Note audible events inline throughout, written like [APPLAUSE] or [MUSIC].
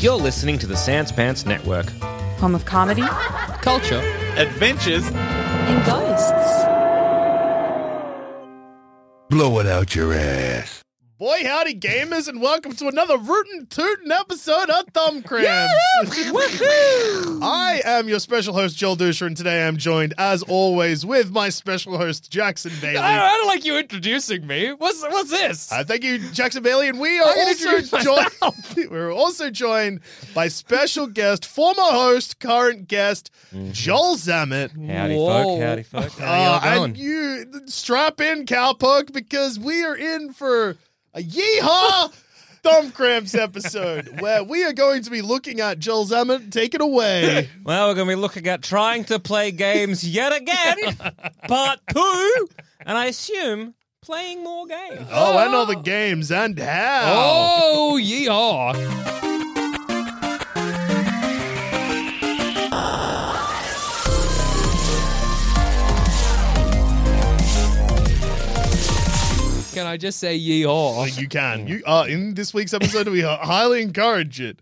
You're listening to the Sans Pants Network. Home of comedy. Culture. Adventures. and ghosts. Blow it out your ass. Boy, howdy, gamers, and welcome to another rootin' tootin' episode of [LAUGHS] Thumb Cramps. I am your special host, Joel Dusher, and today I'm joined, as always, with my special host, Jackson Bailey. I don't, I don't like you introducing me. What's what's this? Uh, thank you, Jackson Bailey, and we are can also introduce joined. [LAUGHS] We're also joined by special guest, former host, current guest, Joel Zammit. Howdy, Whoa. folk. Howdy, folk. Uh, How y'all going? and you strap in, cowpoke, because we are in for a yeehaw thumb cramps episode where we are going to be looking at Joel Zammit. Take it away. Well, we're going to be looking at trying to play games yet again, part two, and I assume playing more games. Oh, and all the games and how. oh, yeehaw. Can I just say yeehaw? You can. You are in this week's episode. We highly encourage it.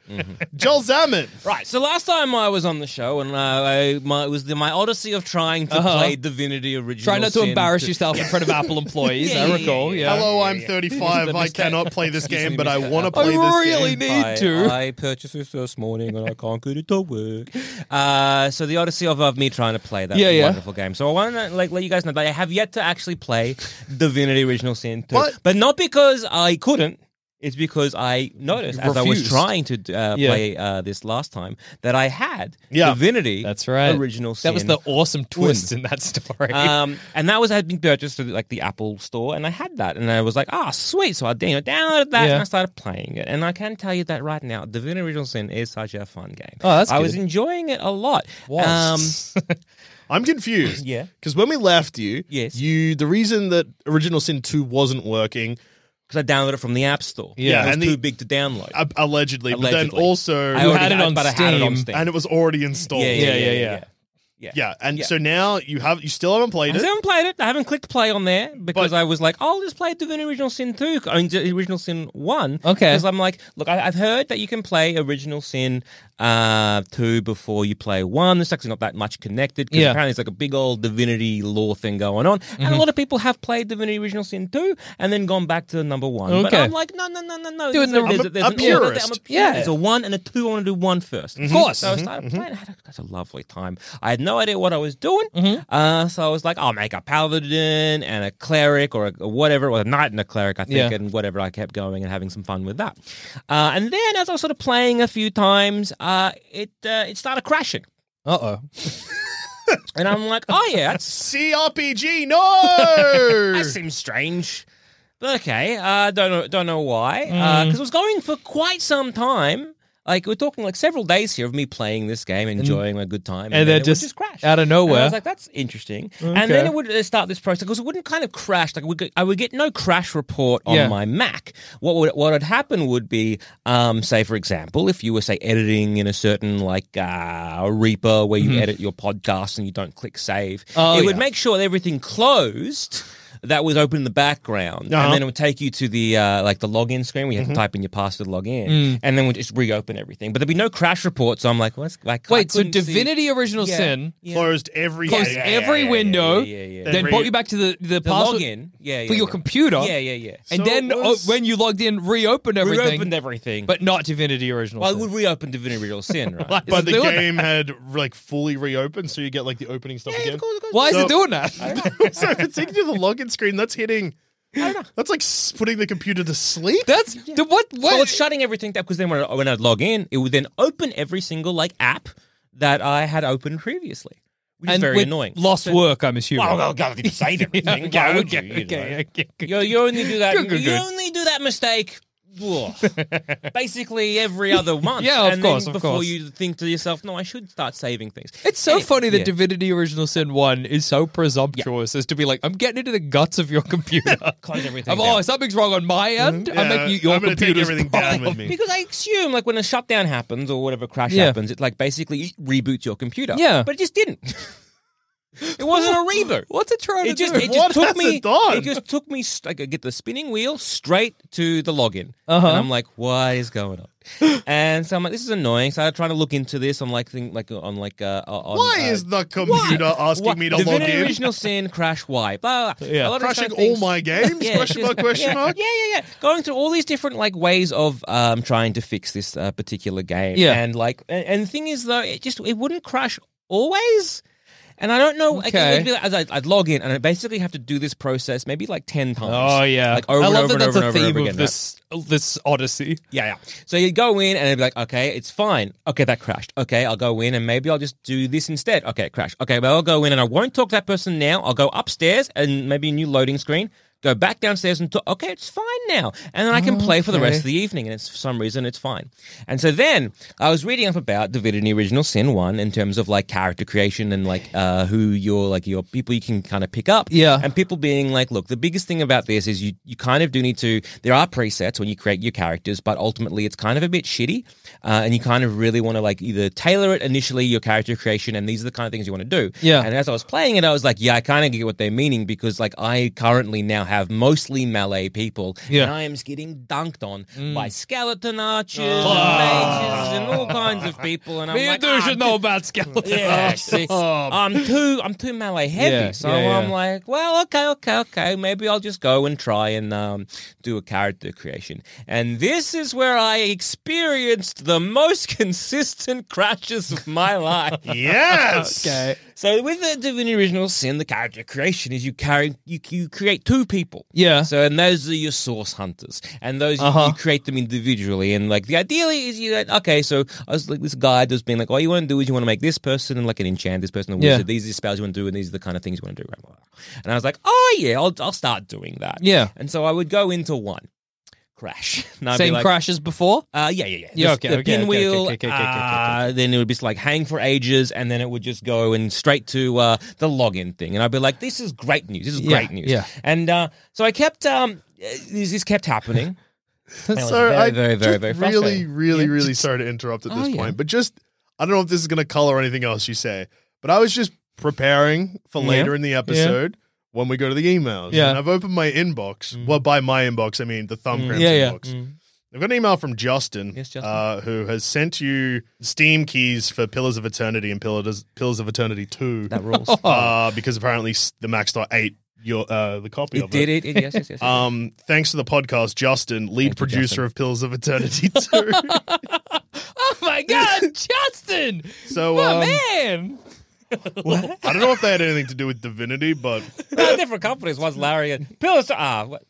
Joel Zammit. Right. So last time I was on the show, and uh, I, my, it was the, my odyssey of trying to Uh-huh. play Divinity Original. Try not to Sin embarrass yourself in front [LAUGHS] of Apple employees. Yeah, yeah, I recall. Yeah. Hello, I'm 35. I cannot play this game, but I want to I play this really game. need to. [LAUGHS] I, I purchased this this morning and I can't get it to work. Uh, so the Odyssey of, of me trying to play that Yeah, yeah. wonderful game. So I want to like let you guys know that I have yet to actually play Divinity Original Sin 2. But- But, not because I couldn't. It's because I noticed as I was Refused. trying to uh, Yeah. play uh, this last time that I had Yeah. Divinity That's right. Original Sin. That was the awesome twist in that story. Um, [LAUGHS] and that was had been purchased through like the Apple store, and I had that, and I was like, ah, sweet. So I you know, downloaded that, Yeah. and I started playing it. And I can tell you that right now, Divinity Original Sin is such a fun game. Oh, that's I was good. enjoying it a lot. Um, Was. I'm confused. Yeah. Because when we left you, Yes. you the reason that Original Sin 2 wasn't working, because I downloaded it from the App Store. Yeah, it was and the- too big to download. a- allegedly, but then Allegedly. also, I already had it on but I had it on Steam. Steam. and it was already installed. yeah, yeah, yeah, yeah. [LAUGHS] yeah. yeah. Yeah, and Yeah. so now you have you still haven't I played still it. haven't played it. I haven't clicked play on there because But- I was like, I'll just play Divinity Original Sin 2. I mean, Di- Original Sin 1. Okay. Because I'm like, look, I, I've heard that you can play Original Sin uh, 2 before you play 1. It's actually not that much connected because Yeah. Mm-hmm. apparently it's like a big old Divinity lore thing going on. And a lot of people have played Divinity Original Sin 2 and then gone back to number 1. But Okay. I'm like, no, no, no, no, no. Doing There's the- there's there's an I'm a- a order there. purist. Mm-hmm. I'm a Yeah. There's a 1 and a 2. I want to do 1 first. Of course. So I started playing. I had a- such a lovely time. I had no idea what I was doing. Uh, so I was like, I'll make a paladin and a cleric or, a, or whatever, or a knight and a cleric, I think, Yeah. and whatever. I kept going and having some fun with that. Uh, and then as I was sort of playing a few times, uh, it uh, it started crashing. Uh And I'm like, oh, yeah, that's, [LAUGHS] CRPG, no. that seems strange. But okay, uh, don't know, don't know why. Mm. Because it was going for quite some time. Like we're talking like several days here of me playing this game, enjoying a good time, and, then then, it would just just crashed out of nowhere. And I was like, that's interesting. And then Okay. it would uh, start this process because it wouldn't kind of crash. Like we could, I would get no crash report on Yeah. my Mac. What would what would happen would be, um, say for example, if you were say editing in a certain like uh, Reaper where you edit your podcast and you don't click save, Mm-hmm. Oh, it would yeah. make sure that everything closed. that was open in the background, Uh-huh. and then it would take you to the uh, like the login screen. We had Mm-hmm. to type in your password to log in, Mm. and then we'd just reopen everything. But there'd be no crash reports. So I'm like, what's like? Wait, so Divinity Original Yeah. Sin Closed every closed yeah, yeah, every yeah, yeah, window, yeah, yeah, yeah. then Then brought re- you back to the the, the password login, yeah, yeah, for your yeah. computer. yeah, yeah, yeah. And So then it was- uh, when you logged in, reopened everything, reopened everything, but not Divinity Original well, it Sin. would reopen Divinity Original [LAUGHS] Sin, right? Is it But the doing game had like fully reopened, so you get like the opening stuff again. Why is So- it [LAUGHS] doing that? so if it's taking you to the login screen, that's hitting. That's like s- putting the computer to [LAUGHS] sleep. [LAUGHS] That's the, what? What? Well, it's shutting everything down because then when I, when I'd log in, it would then open every single like app that I had opened previously, which is and very with annoying. Lost work, I'm assuming. Well, well, God, [LAUGHS] you save everything. yeah, Why would [LAUGHS] okay, you? You know. okay, okay, okay. You, you only do that. Good, good, you good. only do that mistake. ugh, [LAUGHS] Basically every other month. Yeah, of and then course, of Before course. you think to yourself, no, I should start saving things. It's so Anyway, funny that yeah. Divinity Original Sin 1 is so presumptuous as to be like, I'm getting into the guts of your computer. Close everything. of, oh, down. something's wrong on my end. I'm Yeah, making your I'm gonna take computer's everything down problem. with me. Because I assume, like, when a shutdown happens or whatever crash Yeah. happens, it like basically reboots your computer. Yeah. but it just didn't. [LAUGHS] it wasn't a reboot. What's it trying It to just do? it What just took has me. it done? It just took me. st- Like, I get the spinning wheel straight to the login, Uh-huh. and I'm like, "What is going on?" and so I'm like, "This is annoying." So I'm trying to look into this. I'm like, think like on like uh, on, Why uh, is the computer asking what- me to Divinity log in? Original Sin crash why? Blah, blah, blah. A Yeah. lot of these Crashing kind of things- all my games? question just- mark? Question yeah, mark? Yeah, yeah, yeah. Going through all these different like ways of um, trying to fix this uh, particular game. Yeah. and like, and, and the thing is though, it just it wouldn't crash always. And I don't know. like, it Okay. would be like- I'd, I'd log in and I basically have to do this process maybe like ten times. Oh, yeah. like over I and love over and that that's over and over a and theme over of again. this, this Odyssey. Yeah, yeah. So you go in and it'd be like, okay, it's fine. Okay, that crashed. Okay, I'll go in and maybe I'll just do this instead. Okay, it crashed. Okay, well, I'll go in and I won't talk to that person now. I'll go upstairs and maybe a new loading screen. Go back downstairs and talk. Okay, it's fine now. And then I can play for the rest of the evening. And it's, for some reason, it's fine. And so then I was reading up about Divinity Original Sin 1 in terms of like character creation and like uh, who your like your people you can kind of pick up. Yeah. And people being like, look, the biggest thing about this is you, you kind of do need to, there are presets when you create your characters, but ultimately it's kind of a bit shitty. Uh, and you kind of really want to like either tailor it initially, your character creation, and these are the kind of things you want to do. Yeah. And as I was playing it, I was like, yeah, I kind of get what they're meaning because like I currently now have mostly melee people. Yeah. Mm. And I am getting dunked on by skeleton archers and mages and all kinds of people. And I'm [LAUGHS] Ah. Me like, and you "Ah, should know about [LAUGHS] skeletons. yeah, see, I'm too I'm too melee heavy, Oh, Yeah, so yeah, I'm yeah. like, well, okay, okay, okay, maybe I'll just go and try and um, do a character creation. And this is where I experienced the most [LAUGHS] consistent crashes of my [LAUGHS] life. [LAUGHS] Yes. Okay. So with the Divinity Original Sin, the character creation is you carry you, you create two people. Yeah. So and those are your source hunters, and those you- Uh-huh. you, create them individually. And like the ideally is you like, okay, so I was like this guide that's been like, all you want to do is you want to make this person and like an enchant, this person a Yeah. wizard. These are the spells you want to do, and these are the kind of things you want to do. Blah, blah, blah. And I was like, oh yeah, I'll I'll start doing that. Yeah. And so I would go into one crash. [LAUGHS] And I'd be Same like, crash as before? uh, yeah, yeah, yeah. Yeah, The- okay, the okay, okay, pinwheel. okay, okay, okay, okay, okay, uh, Then it would just like hang for ages, and then it would just go and straight to uh, the login thing. And I'd be like, "This is great news. This is Yeah, great news." yeah. And uh, so I kept. Um, uh, this, this kept [LAUGHS] happening. And it was Sir, very, I very, very, just very really, frustrating. really, really sorry to interrupt at this Oh, yeah. point, but just I don't know if this is going to color anything else you say, but I was just preparing for Yeah. later in the episode when we go to the emails. Yeah. and I've opened my inbox. Mm. Well, by my inbox, I mean the thumb cramps Yeah, yeah. inbox. I've got an email from Justin, Yes, Justin. Uh, who has sent you Steam keys for Pillars of Eternity and Pillars, Pillars of Eternity 2. That rules. [LAUGHS] uh, because apparently s- the Mac.8 ate your, uh, the copy it of did it. it yes, yes, yes. yes. [LAUGHS] Uh, um, thanks to the podcast, Justin, lead you, producer Justin. of Pills [LAUGHS] of Eternity 2. Oh my God, [LAUGHS] Justin! so My [LAUGHS] [LAUGHS] um, man! I don't know if they had anything to do with divinity, but No, different companies. One's Larry and Pillars. Ah, what?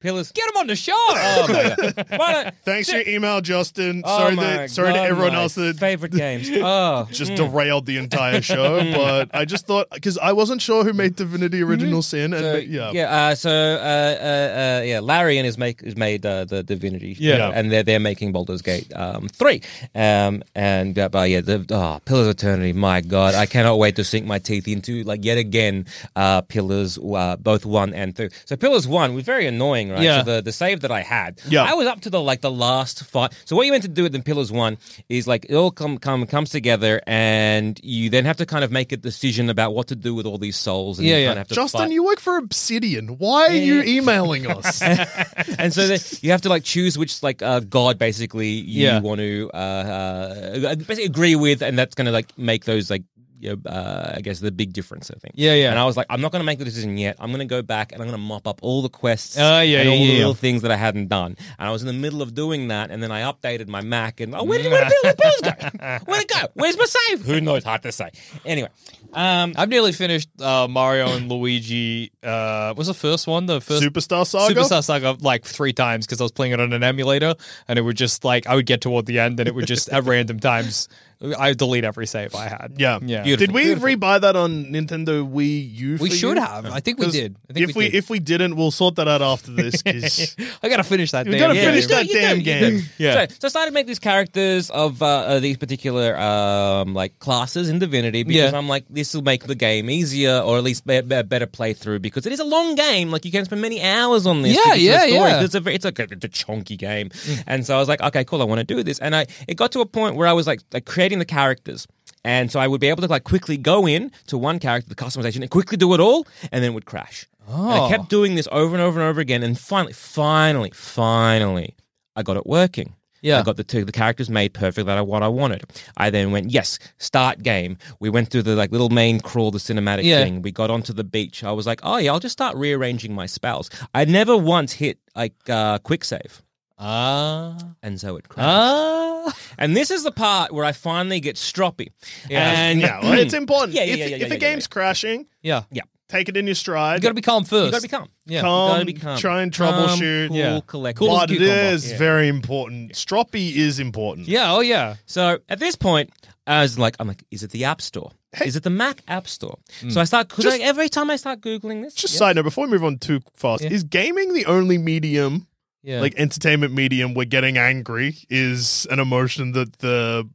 Pillars. Get him on the show! Oh my [LAUGHS] god! Why don't- thanks for your email, Justin. Oh sorry, my that, sorry to God, everyone my else that favorite [LAUGHS] games. Oh, just derailed the [LAUGHS] entire show. Mm. but I just thought because I wasn't sure who made Divinity Original Sin, and Mm-hmm. So, yeah, Uh, so uh, uh, uh, yeah, Larry and his make has made uh, the Divinity. Yeah. and they're they're making Baldur's Gate um, three. Um, and uh, but yeah, the oh, Pillars of Eternity. My God, I cannot wait to sink my teeth into like yet again uh, Pillars, uh, both one and two. So Pillars one was very annoying, right? Yeah. So the, the save that I had, Yeah. I was up to the like the last fight. So what you meant to do with the Pillars One is like it all come, come comes together, and you then have to kind of make a decision about what to do with all these souls. And Yeah, you yeah. Kind of have to Justin, fight. you work for Obsidian. Why are you emailing us? [LAUGHS] and so the, you have to like choose which like uh, god basically you Yeah. want to uh, uh, basically agree with, and that's going to like make those like you know, uh, I guess the big difference. I think. Yeah, yeah. And I was like, I'm not going to make the decision yet. I'm going to go back and I'm going to mop up all the quests. Oh, yeah, and all yeah, the yeah. little things that I hadn't done. And I was in the middle of doing that, and then I updated my Mac and oh, where did, where did, where did Bills [LAUGHS] go? Where'd it go? Where's my save? Who knows? Hard to say. Anyway, um, I've nearly finished uh, Mario and Luigi. Uh, was the first one the first Superstar Saga? Superstar Saga like three times because I was playing it on an emulator, and it would just like I would get toward the end, and it would just [LAUGHS] at random times I would delete every save I had. Yeah. yeah. Did we rebuy that on Nintendo Wii U? We for should you? have. I think we 'Cause did. I think if we we, did. if we didn't, we'll sort that [LAUGHS] out after this. 'cause- I gotta finish that. We damn gotta game. finish that you damn you game. Yeah. So, so I started to make these characters of uh, uh, these particular um, like classes in Divinity because Yeah. I'm like, this will make the game easier or at least be- be- a better playthrough because it is a long game. Like you can spend many hours on this. Yeah, particular yeah, story. yeah. Mm. It's a ve- it's a it's a chunky game, and so I was like, okay, cool, I want to do this. And I it got to a point where I was like, like creating the characters. And so I would be able to like quickly go in to one character, the customization, and quickly do it all, and then it would crash. And I Oh. kept doing this over and over and over again, and finally, finally, finally, I got it working. Yeah. I got the two, the characters made perfect that I what I wanted. I then went yes, start game. We went through the like little main crawl, the cinematic Yeah. thing. We got onto the beach. I was like, oh yeah, I'll just start rearranging my spells. I never once hit like uh, quick save, Ah. and so it crashed. Ah. And this is the part where I finally get stroppy. Yeah. And [LAUGHS] yeah, well, it's important. Yeah, yeah, if yeah, yeah, if yeah, the yeah, game's crashing, Yeah. take it in your You stride. gotta be calm [CLEARS THROAT] first. you gotta be calm. Yeah. Calm, gotta be calm. try and Calm, troubleshoot. cool, Yeah. collected. Cool but it Cucumber. is Yeah. very important. Stroppy is important. Yeah. Oh yeah. So at this point, I was like, I'm like, is it the App Store? Is it the Mac App Store? Hmm. So I start because Just- every time I start googling this, Just yeah. side note before we move on too fast, Yeah. is gaming the only medium, Yeah. like entertainment medium, where getting angry is an emotion that the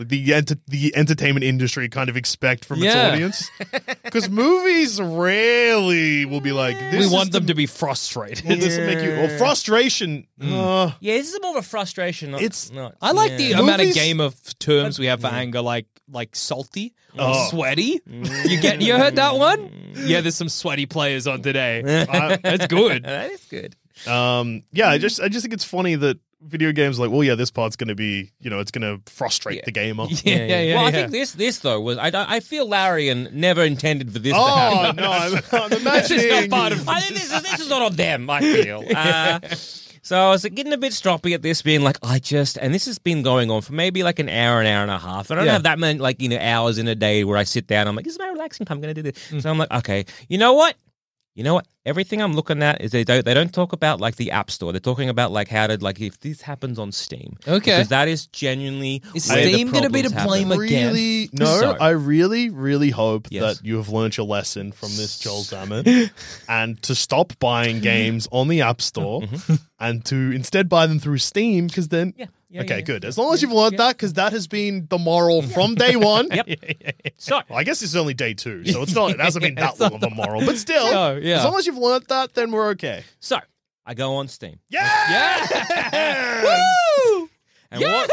the ent- the entertainment industry kind of expect from its Yeah. [LAUGHS] audience? Because movies rarely will be like this. we is want the- them to be frustrated. Well, this [LAUGHS] will make you or frustration. Mm. uh, yeah, this is more of a frustration. Not, It's- not, [LAUGHS] I like the yeah. Mm. amount of Movies- game of terms we have for anger, like like salty, Oh. sweaty. Mm. You get you heard that one? Yeah, there's some sweaty players on [LAUGHS] today. I- [LAUGHS] That's good. Mm. that is good. Um, yeah, I just I just think it's funny that video games like, well, yeah, this part's going to be, you know, it's going to frustrate the gamer. [LAUGHS] Yeah, yeah, yeah. well, I yeah. think this this though was I I feel Larian never intended for this to Oh happen. [LAUGHS] no, I'm, I'm This is not imagining. part of- I think this is this is not on them. I [LAUGHS] feel. Uh, so I was getting a bit stroppy at this, being like, I just, and this has been going on for maybe like an hour, an hour and a half. I don't Yeah. have that many, like you know, hours in a day where I sit down. I'm like, this is my relaxing time. I'm going to do this. Mm. So I'm like, okay, you know what? You know what? Everything I'm looking at is they don't they don't talk about like the app store. They're talking about like how to like if this happens on Steam. Okay. because that is genuinely Is where the Steam gonna be problems to blame happen. again? really, no, Sorry. I really, really hope Yes. that you have learned your lesson from this, [LAUGHS] Joel Zammit, and to stop buying games on the App Store and to instead buy them through Steam because then. Mm-hmm. Yeah. Yeah, okay, yeah, yeah. good. As long as you've learned that, because that has been the moral from day one. Yep. So Well, I guess it's only day two, so it's not. It hasn't [LAUGHS] been that long of a moral, but still, No, yeah. as long as you've learned that, then we're okay. so I go on Steam. [LAUGHS] Yeah. Woo! And what,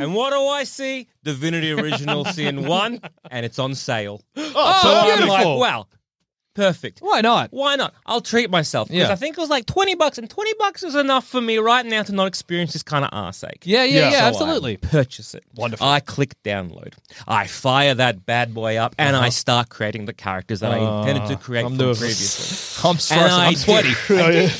and what do I see? Divinity [LAUGHS] Original Sin 1, and it's on sale. Oh, so I'm beautiful. like, wow, perfect. Why not? Why not? I'll treat myself. Because Yeah. I think it was like 20 bucks, and 20 bucks is enough for me right now to not experience this kind of arse ache. Yeah, yeah, yeah, Yeah. So, So I absolutely. purchase it. Wonderful. I click download. I fire that bad boy up, and I start creating the characters that Uh, I intended to create Uh-huh. I'm from nervous. [LAUGHS] previously. [LAUGHS] I'm stressed. And I I'm did. sweaty. Oh, [LAUGHS] yeah.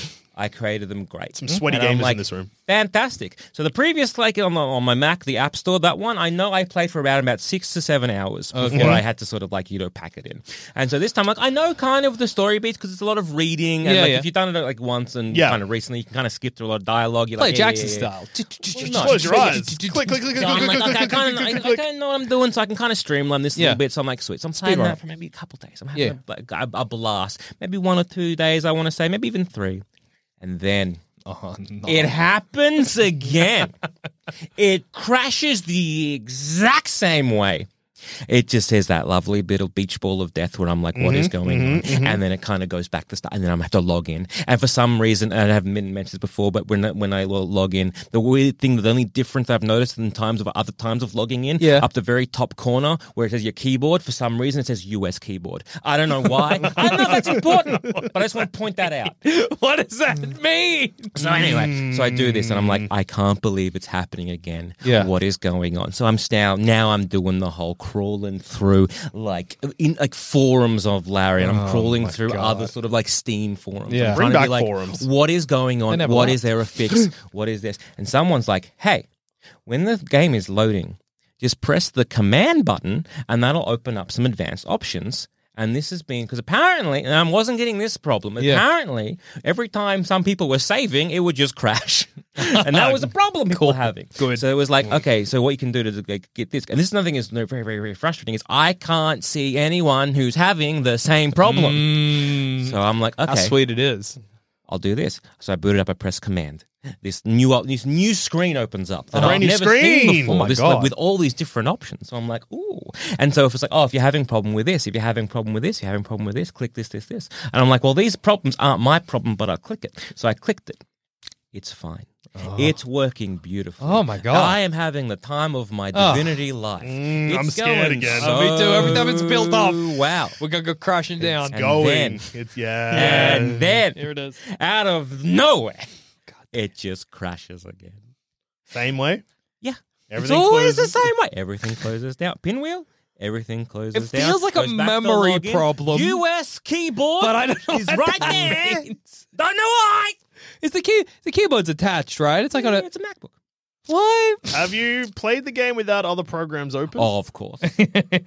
I created them great. Some sweaty And I'm gamers like, in this room. Fantastic. So the previous, like on, my- on my Mac, the App Store, that one, I know I played for around about six to seven hours before I had to sort of like you know pack it in. And so this time, like I know kind of the story beats because it's a lot of reading. And Yeah, like yeah. if you've done it like once and Yeah. kind of recently, you can kind of skip through a lot of dialogue. You're Play like, yeah, yeah, Jackson yeah, yeah. style. Just Close your eyes. Click, click, click, click, So I'm like, click, okay, I click, click, kind click, of click, click. know what I'm doing, so I can kind of streamline this a Yeah. little bit. So I'm like, sweet. So I'm playing Speedrun. that for maybe a couple days. I'm having Yeah. a, a, a blast. Maybe one or two days, I want to say, maybe even three. And then Oh, no. it happens again. it crashes the exact same way. It just says that lovely bit of beach ball of death where I'm like, what is going on? And then it kind of goes back to start, and then I'm have to log in. And for some reason, and I haven't been mentioned this before, but when when I lo- log in, the weird thing, the only difference I've noticed in times of other times of logging in, Yeah. up the very top corner where it says your keyboard, for some reason it says US keyboard. I don't know why. I don't know if that's important, but I just want to point that out. [LAUGHS] what does that Mm. [LAUGHS] mean? So anyway, so I do this, and I'm like, I can't believe it's happening again. Mm. Yeah. what is going on? So I'm s- now now I'm doing the whole crawling through like in like forums of Larry, and I'm crawling through other sort of like Steam forums. Oh Yeah. I'm Bring trying to be back like, forums. What is going on? They What is never left. there a [GASPS] fix? what is this? And someone's like, Hey, when the game is loading, just press the command button, and that'll open up some advanced options. And this has been because apparently, and I wasn't getting this problem. Yeah. Apparently, every time some people were saving, it would just crash, [LAUGHS] and that was a problem [LAUGHS] people were having. Good. So it was like, okay, so what you can do to like, get this, and this is nothing is very, very, very frustrating. Is I can't see anyone who's having the same problem. Mm, So I'm like, How okay, sweet it is. I'll do this. So I boot it up. I press Command. This new op- this new screen opens up that A I've brand new never screen! seen before. Oh my This, God. Like, with all these different options. So I'm like, ooh. And so if it's like, oh, if you're having problem with this, if you're having problem with this, if you're having problem with this, click this, this, this. And I'm like, well, these problems aren't my problem, but I'll click it. So I clicked it. It's fine. Oh. It's working beautifully. Oh my God. I am having the time of my Oh. divinity life. Mm, It's I'm scared going again. So Oh, me too. Every time it's built up. Wow. We're gonna go crashing down. And Going. then- it's yeah. and then Here it is. out of nowhere, it just crashes again. same way. Yeah. Everything it's always closes- the same way. Everything closes down. Pinwheel. Everything closes It down. feels like a goes back to memory login. problem. US keyboard. But I don't know is what right that there. means. Don't know why. It's the key. The keyboard's attached, right? It's like on a it's a MacBook. what? Have you played the game without other programs open? Oh, of [LAUGHS] course. Have you For played?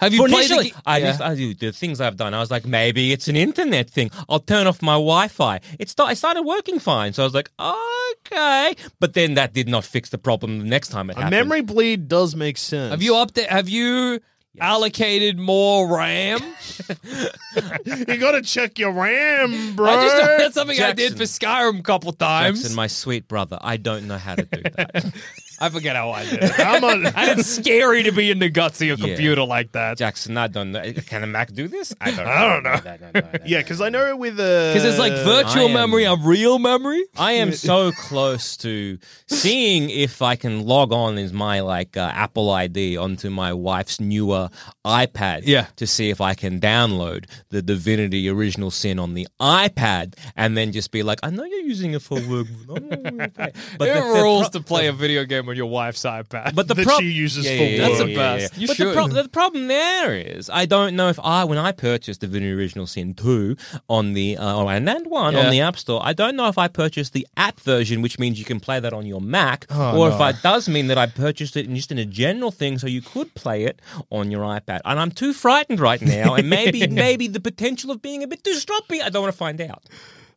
the initially, ge- I Yeah. just I do the things I've done. I was like, maybe it's an internet thing. I'll turn off my Wi-Fi. It start, it started working fine, so I was like, okay. But then that did not fix the problem. The next time it a happened, memory bleed does make sense. Have you upda- Have you allocated more RAM? you gotta check your RAM, bro. I just that's something I Jackson. did for Skyrim a couple times. Jackson, my sweet brother, I don't know how to do [LAUGHS] that. I forget how I did [LAUGHS] it. I'm on. and it's scary to be in the guts of your Yeah. computer like that. Jackson, I don't know. Can a Mac do this? I don't. I don't know. I don't know. Yeah, because I know with uh, Because it's like virtual I am- memory and real memory. I am so close to seeing if I can log on as my like uh, Apple ID onto my wife's newer iPad. Yeah. To see if I can download the Divinity Original Sin on the iPad and then just be like, I know you're using it for work. but I'm not really [LAUGHS] playing." But there the- are the rules pro- to play a video game on your wife's iPad. [LAUGHS] But the that prob- she uses Yeah, for yeah, yeah, work. That's the yeah, best. yeah. You but the, should. prob- the problem there is, I don't know if I, when I purchased Divinity Original Sin 2 on the, uh, or- and, and 1 Yeah. on the App Store, I don't know if I purchased the app version, which means you can play that on your Mac, or if it does mean that I purchased it in just in a general thing so you could play it on your iPad. And I'm too frightened right now, and maybe, maybe the potential of being a bit too stroppy, I don't want to find out.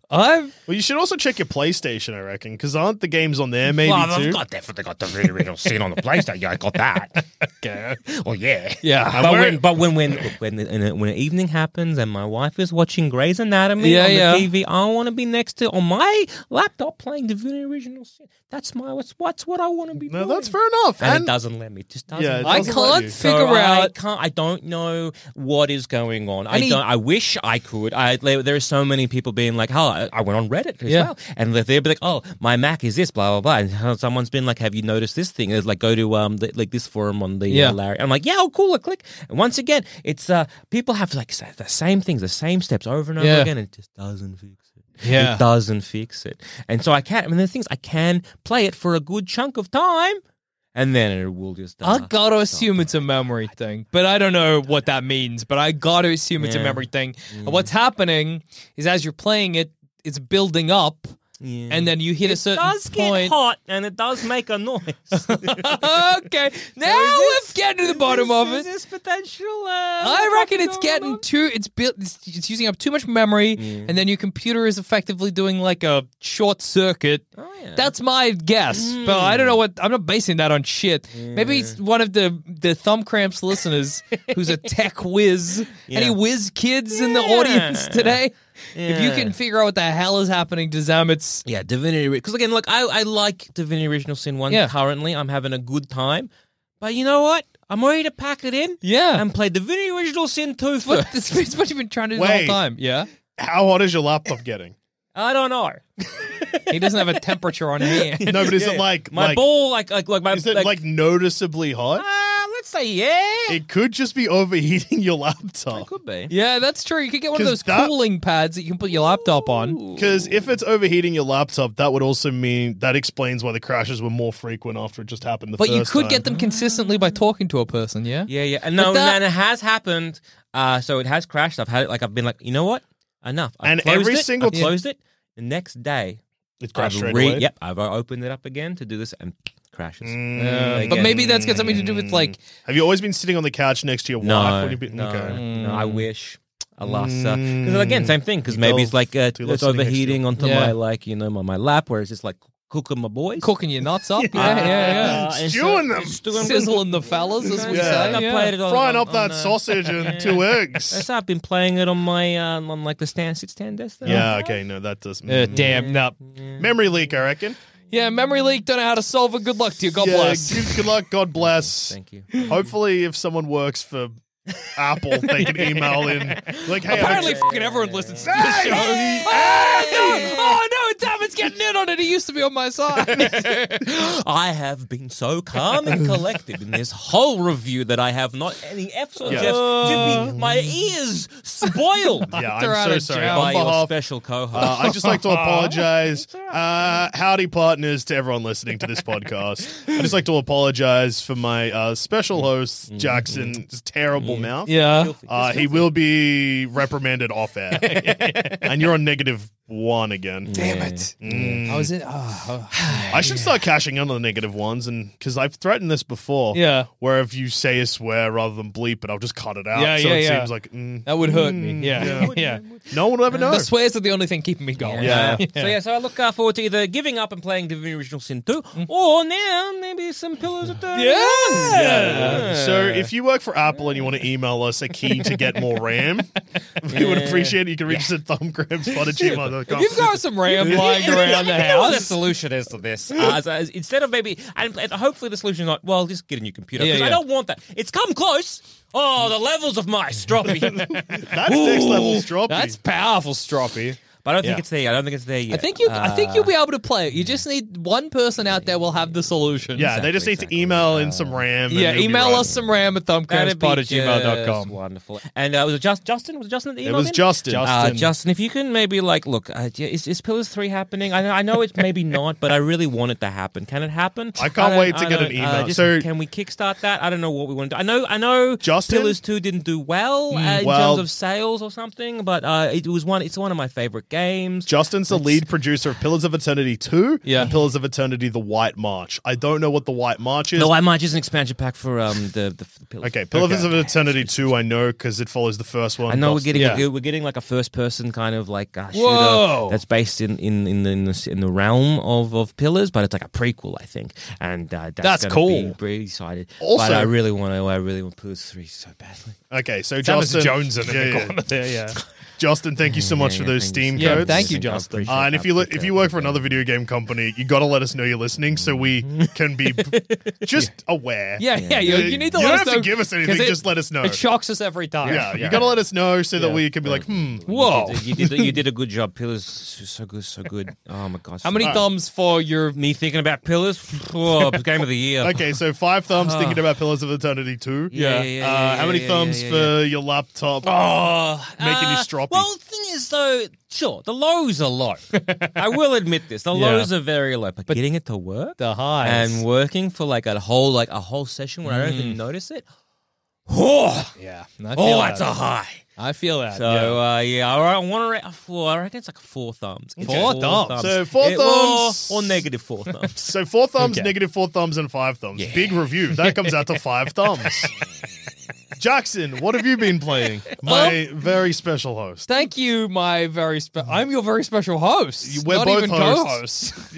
I've Well, you should also check your PlayStation, I reckon, because aren't the games on there maybe Well, too? I've got definitely got Divinity Original Sin on the PlayStation. Yeah, I got [LAUGHS] that. Okay. Well, yeah. yeah. But Where- when, but when, when, look, when, the, and, uh, when an evening happens and my wife is watching Grey's Anatomy Yeah, on the yeah. TV, I want to be next to on my laptop playing Divinity Original Sin. That's my what's what's what I want to be. No, doing. that's fair enough. And, And, it doesn't let me. It just doesn't. Yeah, it let I me. doesn't let can't you. figure So I out. can't. I don't know what is going on. I And he- don't. I wish I could. I there there are so many people being like, "Oh, I, I went on Reddit as Yeah. well," and they'll be like, "Oh, my Mac is this, blah blah blah." And someone's been like, "Have you noticed this thing?" It's like, "Go to um the, like this forum on the Yeah. uh, Larry." I'm like, "Yeah, oh cool, I click." And once again, it's uh people have like sa- the same things, the same steps over and over Yeah. again, and it just doesn't fix it. Yeah. It doesn't fix it. And so I can't. I mean, the things I can play it for a good chunk of time, and then it will just. uh, I gotta stop. assume it's a memory thing, but I don't know what that means. But I gotta assume it's a Yeah. memory thing. And what's happening is as you're playing it, it's building up, Yeah. and then you hit a certain does get point. hot and it does make a noise. [LAUGHS] [LAUGHS] okay, now we're getting to the bottom of it. This potential. uh, I reckon it's getting too. It's built. It's, it's using up too much memory, Mm. and then your computer is effectively doing like a short circuit. Oh, yeah. That's my guess, but I don't know what. I'm not basing that on shit. Maybe it's one of the the thumb cramps listeners [LAUGHS] who's a tech whiz. Any Yeah. whiz kids in the audience Yeah. today? If you Yeah. can figure out what the hell is happening to Zamet's. Yeah, Divinity. Because again, look, I, I like Divinity Original Sin 1 Yeah. currently. I'm having a good time. But you know what? I'm ready to pack it in. Yeah. [LAUGHS] And play Divinity Original Sin 2 What, first. that's pretty much what you've been trying to do Wait. the whole time. Yeah. How hot is your laptop getting? [LAUGHS] I don't know. He doesn't have a temperature [LAUGHS] on here. No, but is Yeah. it like My like, ball, like, like, like my. Is it like, noticeably hot? Ah, let's say yeah. It could just be overheating your laptop. could be. Yeah, that's true. You could get one of those 'Cause that- cooling pads that you can put your laptop on. Because if it's overheating your laptop, that would also mean that explains why the crashes were more frequent after it just happened the But first you could get them time. consistently by talking to a person, yeah? Yeah, yeah. And But no, that- and it has happened. Uh, so it has crashed. I've had it. Like I've been like, you know what? Enough. I've And closed every it. single I've t- closed it. The next day, It crashed I've straight re- away. Mm, Yep, I've opened it up again to do this and crashes. Uh, but Again. maybe that's got something to do with like Have you always been sitting on the couch next to your wife? No, When you've been, no, okay. Mm. no, I wish. Alas, because again, same thing. Because You maybe love- it's like uh, you love it's sitting next to overheating your- onto Yeah. my like you know my, my lap, where it's just like cooking my boys, cooking your nuts [LAUGHS] up. Yeah, yeah, Uh, and Stewing them. yeah. stewing Sizzling the fellas, as we Yeah. say. And I yeah. played it on, Frying on- up on, that uh, sausage [LAUGHS] and two eggs. That's I've been playing it on my uh, on like the stand sit stand desk. that I yeah, have. okay, no, that doesn't. Uh, damn nut. Memory leak, I reckon. Yeah, memory leak. Don't know how to solve it. Good luck to you. God [LAUGHS] Yeah, bless. Good, good luck. God bless. Thank you. Hopefully, if someone works for Apple, they can email in. Like, hey, Apparently, I- fucking everyone listens to the Hey! show. Hey! Ah, no! Oh no, David's getting in on it. He used to be on my [LAUGHS] side. I have been so calm and collected in this whole review that I have not any F's or Yeah. J's to be my ears [LAUGHS] spoiled yeah, They're I'm out so of sorry. jail. by On your behalf special co-host. Uh, I'd just like [LAUGHS] to apologize. Uh, howdy, partners, to everyone listening to this podcast. I'd just like to apologize for my uh, special host, Jackson's terrible mouth. Mm-hmm. yeah. Uh, he will be reprimanded off [LAUGHS] air. and you're on negative one again. Mm. Damn it. I was in. Oh, oh. I should start cashing in on the negative ones, and because I've threatened this before. Yeah. Where if you say a swear rather than bleep it, I'll just cut it out. Yeah, so yeah, it yeah. seems like mm, That would hurt me. Yeah. Yeah. no one will ever know. The swears are the only thing keeping me going. Yeah. So yeah, so I look uh, forward to either giving up and playing Divinity Original Sin 2, or now maybe some Pillars of Thirty. Yeah. So if you work for Apple and you want to email us a key to get more RAM, [LAUGHS] we would appreciate it. You can reach us at thumbgrams.com. If You've got some RAM [LAUGHS] lying around the You know what the house. solution is to this? Uh, so is- instead of maybe, and and hopefully the solution is not, well, just get a new computer. Yeah, Because I yeah. don't want that. It's come close. Oh, the levels of my stroppy. but That's next level stroppy. That's powerful, Stroppy. I don't think Yeah. it's there. I don't think it's there yet. Uh, I think you. I think you'll be able to play it. You just need one person out there will have the solution. yeah, they just need exactly. to email in some RAM. and Yeah. you'll be Email right. us some RAM at That'd be thumbcrampspot at just gmail.com. Wonderful. And uh, was it just Justin? Was it Justin that emailed It was in? Justin. Uh, Justin, if you can maybe like look, uh, yeah, is, is Pillars Three happening? I know, I know it's [LAUGHS] maybe not, but I really want it to happen. Can it happen? I can't don't- wait to I get an don't- uh, email. just- So- can we kickstart that? I don't know what we want to do. I know, I know, Justin? Mm, Pillars Two didn't do well uh, in well- terms of sales or something, but uh, it was one. It's one of my favorite games. Justin's the lead producer of Pillars of Eternity 2 Yeah. and Pillars of Eternity The White March. I don't know what The White March is. no, I might just an expansion pack for um the the, the Pillars. okay, Pillars of Eternity 2 I know because it follows the first one. I know we're Dust- getting yeah. we're getting like a first person kind of like uh, shooter Whoa. that's based in in in the, in the in the realm of of pillars, but it's like a prequel, I think, and uh, that's, That's gonna cool. Be pretty excited. Also- but I really want to. I really want Pillars three so badly. Okay, so Thomas Justin Jones in Yeah, the yeah. corner there. [LAUGHS] Yeah. Justin, thank you so much for those Steam Yeah, codes. thank you, Justin. Justin. Uh, and if you look, if you work for another video game company, you got to let us know you're listening so [LAUGHS] we can be p- just aware. Yeah, yeah, you, you need to let You don't us have to know, give us anything, 'cause just let us know. It shocks us every time. Yeah, you got to let us know so that we can be like, hmm. Whoa. [LAUGHS] you did you did a good job. Pillars so good, so good. Oh my gosh, How many thumbs for your Me thinking about Pillars, oh, game of the year. Okay, so five thumbs thinking about Pillars of Eternity 2. Yeah, yeah, Uh, yeah, yeah, how many yeah, thumbs yeah, for yeah, your laptop? [LAUGHS] Oh, Making you stroppy. Well, the thing is, though, sure, the lows are low. I will admit this. The Yeah. lows are very low, but, getting it to work the highs? and working for like a whole like a whole session where I don't even notice it. Oh, yeah, Mm. I feel oh, that. that's a high. I feel that. So yeah. yeah, uh, yeah I, I want to. Four, I reckon it's like four thumbs. It's Four thumbs. So four It- well, thumbs. or, negative [LAUGHS] four thumbs. So four thumbs, Okay. [LAUGHS] negative four thumbs, and five thumbs. Big review. That comes out to five thumbs. Jackson, what have you been playing? My Um, very special host. Thank you, my very spe- I'm your very special host. We're not both even hosts. co-host.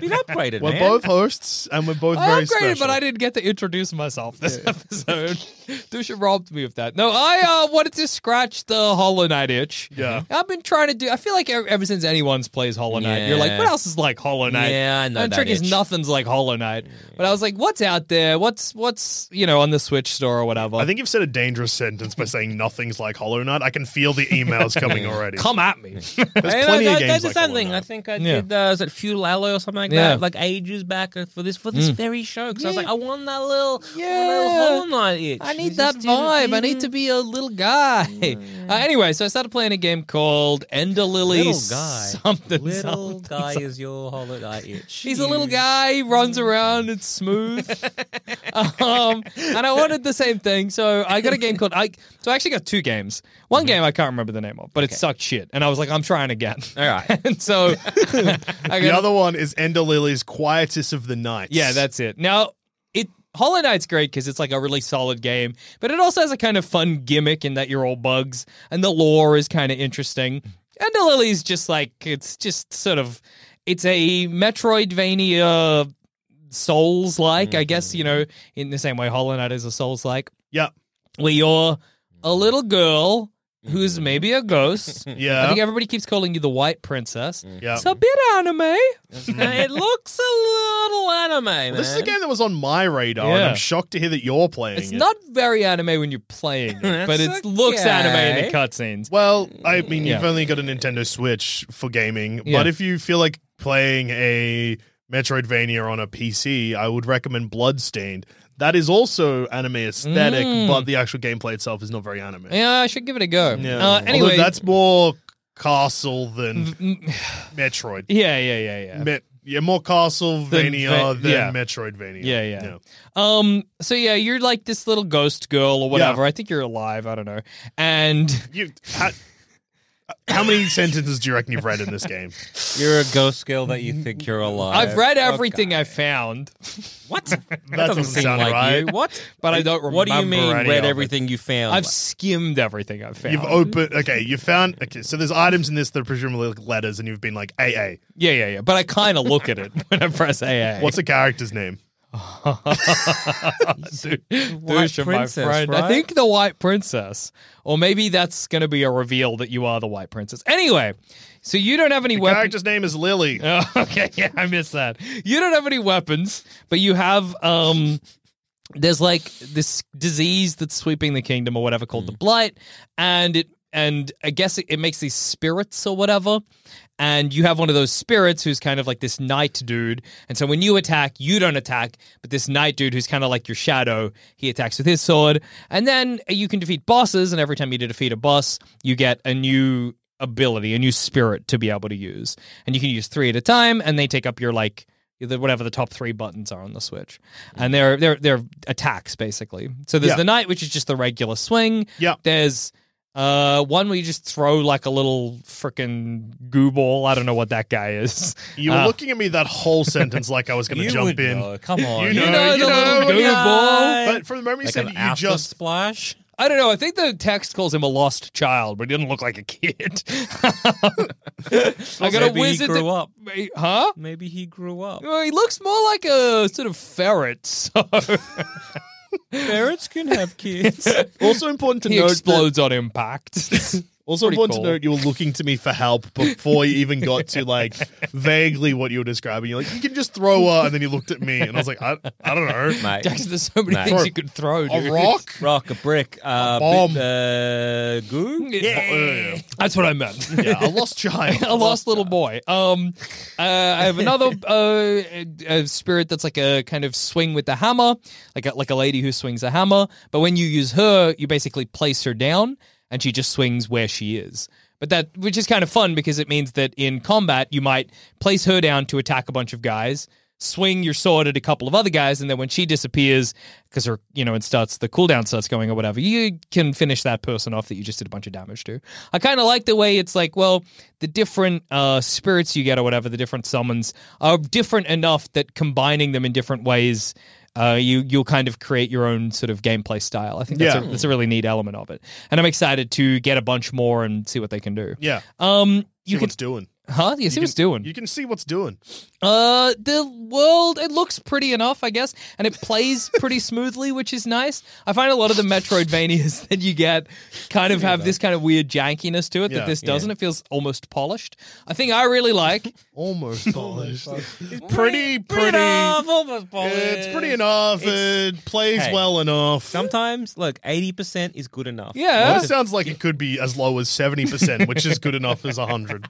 We've upgraded, We're man. both hosts, and we're both I very upgraded, special. Oh, but I didn't get to introduce myself this episode. [LAUGHS] Dusha robbed me of that. No, I uh, wanted to scratch the Hollow Knight itch. Yeah. I've been trying to do. I feel like ever, ever since anyone's plays Hollow Knight, you're like, Yeah. what else is like Hollow Knight? Yeah, I know And that trick is itch. nothing's like Hollow Knight. But I was like, what's out there? What's what's you know on the Switch store or whatever? I think you've said a dangerous sentence by saying nothing's like Hollow Knight. I can feel the emails coming already. come at [LAUGHS] me. [LAUGHS] There's Hey, plenty no, that- of games that's like Hollow something. I Knight. think I Yeah. did. Uh, is it Fuel Alloy or something like Yeah. that? Like ages back uh, for this for this Mm. very show. Because I was Yeah. like, I want that little, Yeah. yeah. little Hollow Knight itch. I need It that just didn't- vibe. I need didn't- to be a little guy. Uh, anyway, so I started playing a game called Ender Lily Mm. Little guy. [LAUGHS] something. Little something, guy something. is your Hollow Knight itch. He's a little guy. He runs around. It's smooth. [LAUGHS] um, and I wanted the same thing, so I got a game called. I so I actually got two games. Mm-hmm. One game I can't remember the name of, but it sucked shit, and I was like, I'm trying again. [LAUGHS] All right. and so [LAUGHS] I got The other one is Ender Lily's Quietest of the Night. Yeah, that's it. Now, it Hollow Knight's great because it's like a really solid game, but it also has a kind of fun gimmick in that you're all bugs, and the lore is kind of interesting. And the Lily's just like it's just sort of it's a Metroidvania Souls like, I guess you know, in the same way Hollow Knight is a Souls like, Yeah. where you're a little girl who's maybe a ghost. Hmm. I Yeah. think everybody keeps calling you the White Princess. yeah. It's a bit anime. [LAUGHS] it looks a little anime, man. this is a game that was on my radar, and Yeah. I'm shocked to hear that you're playing It's it. not very anime when you're playing it, but it That's looks anime in okay. the cutscenes. Well, I mean, you've Mm, Yeah. only got a Nintendo Switch for gaming, Yeah. but if you feel like playing a Metroidvania on a PC, I would recommend Bloodstained. That is also anime aesthetic, Mm. but the actual gameplay itself is not very anime. Yeah, I should give it a go. Yeah. Uh, Although anyway, that's more castle than Mm, Metroid. yeah, yeah, yeah, [SIGHS] yeah. Me- yeah, more Castlevania Than- than, yeah. Metroidvania. Yeah, yeah. Um, so yeah, you're like this little ghost girl or whatever. I think you're alive. I don't know. And You, how, how many sentences do you reckon you've read in this [LAUGHS] game? You're a ghost girl that you think you're alive. Mm-hmm. I've read everything I found, [LAUGHS] What? that doesn't sound right. What? but I don't remember. What do you mean? any Read of it. everything you found. I've Like- skimmed everything I've found. You've opened. Okay, you found. Okay, so there's items in this that are presumably like letters, and you've been like AA. yeah, yeah, yeah. But I kind of look at it [LAUGHS] when I press AA. What's a character's name? Dude, White Dusha, my Princess, friend. I right? think the White Princess, or maybe that's going to be a reveal that you are the White Princess. Anyway, so you don't have any The weapons. character's name is Lily. Oh, [LAUGHS] okay, yeah, I missed that. You don't have any weapons, but you have um there's like this disease that's sweeping the kingdom or whatever called the blight and it and I guess it, it makes these spirits or whatever. And you have one of those spirits who's kind of like this knight dude. And so when you attack, you don't attack, but this knight dude who's kind of like your shadow, he attacks with his sword. And then you can defeat bosses. And every time you defeat a boss, you get a new ability, a new spirit to be able to use. And you can use three at a time, and they take up your like the, whatever the top three buttons are on the Switch. And they're they're they're attacks basically. So there's Yeah. the knight, which is just the regular swing. Yeah. There's uh one where you just throw like a little freaking goo ball. I don't know what that guy is. [LAUGHS] You were Uh, looking at me that whole sentence like I was going [LAUGHS] to You jump would in. know. Come on. You know, you know, little you goo know. ball. But for the moment Like you an said, you alpha just splash. I don't know. I think the text calls him a lost child, but he doesn't look like a [LAUGHS] kid. I got a Maybe he wizard. grew that- up. Huh? Maybe he grew up. Well, he looks more like a sort of ferret. [LAUGHS] So Parents can have [LAUGHS] kids. also important to he note. that- explodes on impact. [LAUGHS] also Pretty important cool. to note, you were looking to me for help before you even got to like [LAUGHS] vaguely what you were describing. You're like, you can just throw her, and then you looked at me, and I was like, I, I don't know, Mate. Jackson, there's so many Nah. things Or you could throw. Dude. a [LAUGHS] rock. [LAUGHS] Oh, Rock, a brick, uh, A bomb. bit, uh, goo. Yeah. That's what I meant. [LAUGHS] Yeah, [LAUGHS] a lost child. a lost little boy. Um, uh, I have another uh, a spirit that's like a kind of swing with the hammer, like a, like a lady who swings a hammer. But when you use her, you basically place her down, and she just swings where she is. But that, which is kind of fun because it means that in combat you might place her down to attack a bunch of guys, swing your sword at a couple of other guys, and then when she disappears, because her, you know, it starts the cooldown starts going or whatever, you can finish that person off that you just did a bunch of damage to. I kind of like the way it's like, well, the different uh, spirits you get or whatever, the different summons are different enough that combining them in different ways uh, you you'll kind of create your own sort of gameplay style. I think that's, Yeah. a, that's a really neat element of it, and I'm excited to get a bunch more and see what they can do. Yeah. Um, You see you can, what's doing. huh? You see You what's can- doing? You can see what's doing. Uh, the world it looks pretty enough, I guess, and it plays pretty smoothly, which is nice. I find a lot of the Metroidvanias [LAUGHS] that you get kind of have this kind of weird jankiness to it Yeah. that this doesn't. It feels almost polished. I think I really like. [LAUGHS] Almost polished. pretty, Pretty pretty. enough, almost polished. It's pretty enough. it plays Hey. well enough. Sometimes, look, eighty percent is good enough. Yeah. Well, it sounds like it could be as low as 70%, which is good enough [LAUGHS] as 100.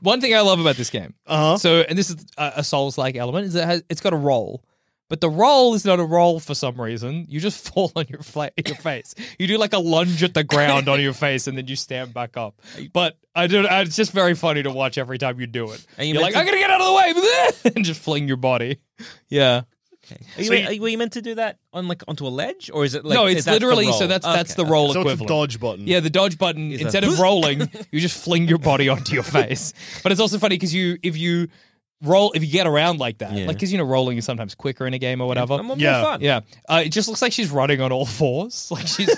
One thing I love about this game. Uh-huh. So, and this is a, a Souls-like element is it has it's got a roll, but the roll is not a roll for some reason. You just [LAUGHS] fall on your fla- your face. You do like a lunge at the ground on your face, and then you stand back up. But I do. It's just very funny to watch every time you do it. And And you you are like, meant to- I'm gonna get out of the way, [LAUGHS] and just fling your body. Yeah. Are you, So you- are you- were you meant to do that on like onto a ledge, or is it like no, is it's that the literally roll? so that's that's Okay, the roll So it's a equivalent. dodge button. Yeah, the dodge button Is a- [LAUGHS] instead of rolling, you just fling your body onto your face. But it's also funny because you if you roll if you get around like that, Yeah. like because you know rolling is sometimes quicker in a game or whatever. I'm more Yeah. fun. yeah, uh, it just looks like she's running on all fours, [LAUGHS] like she's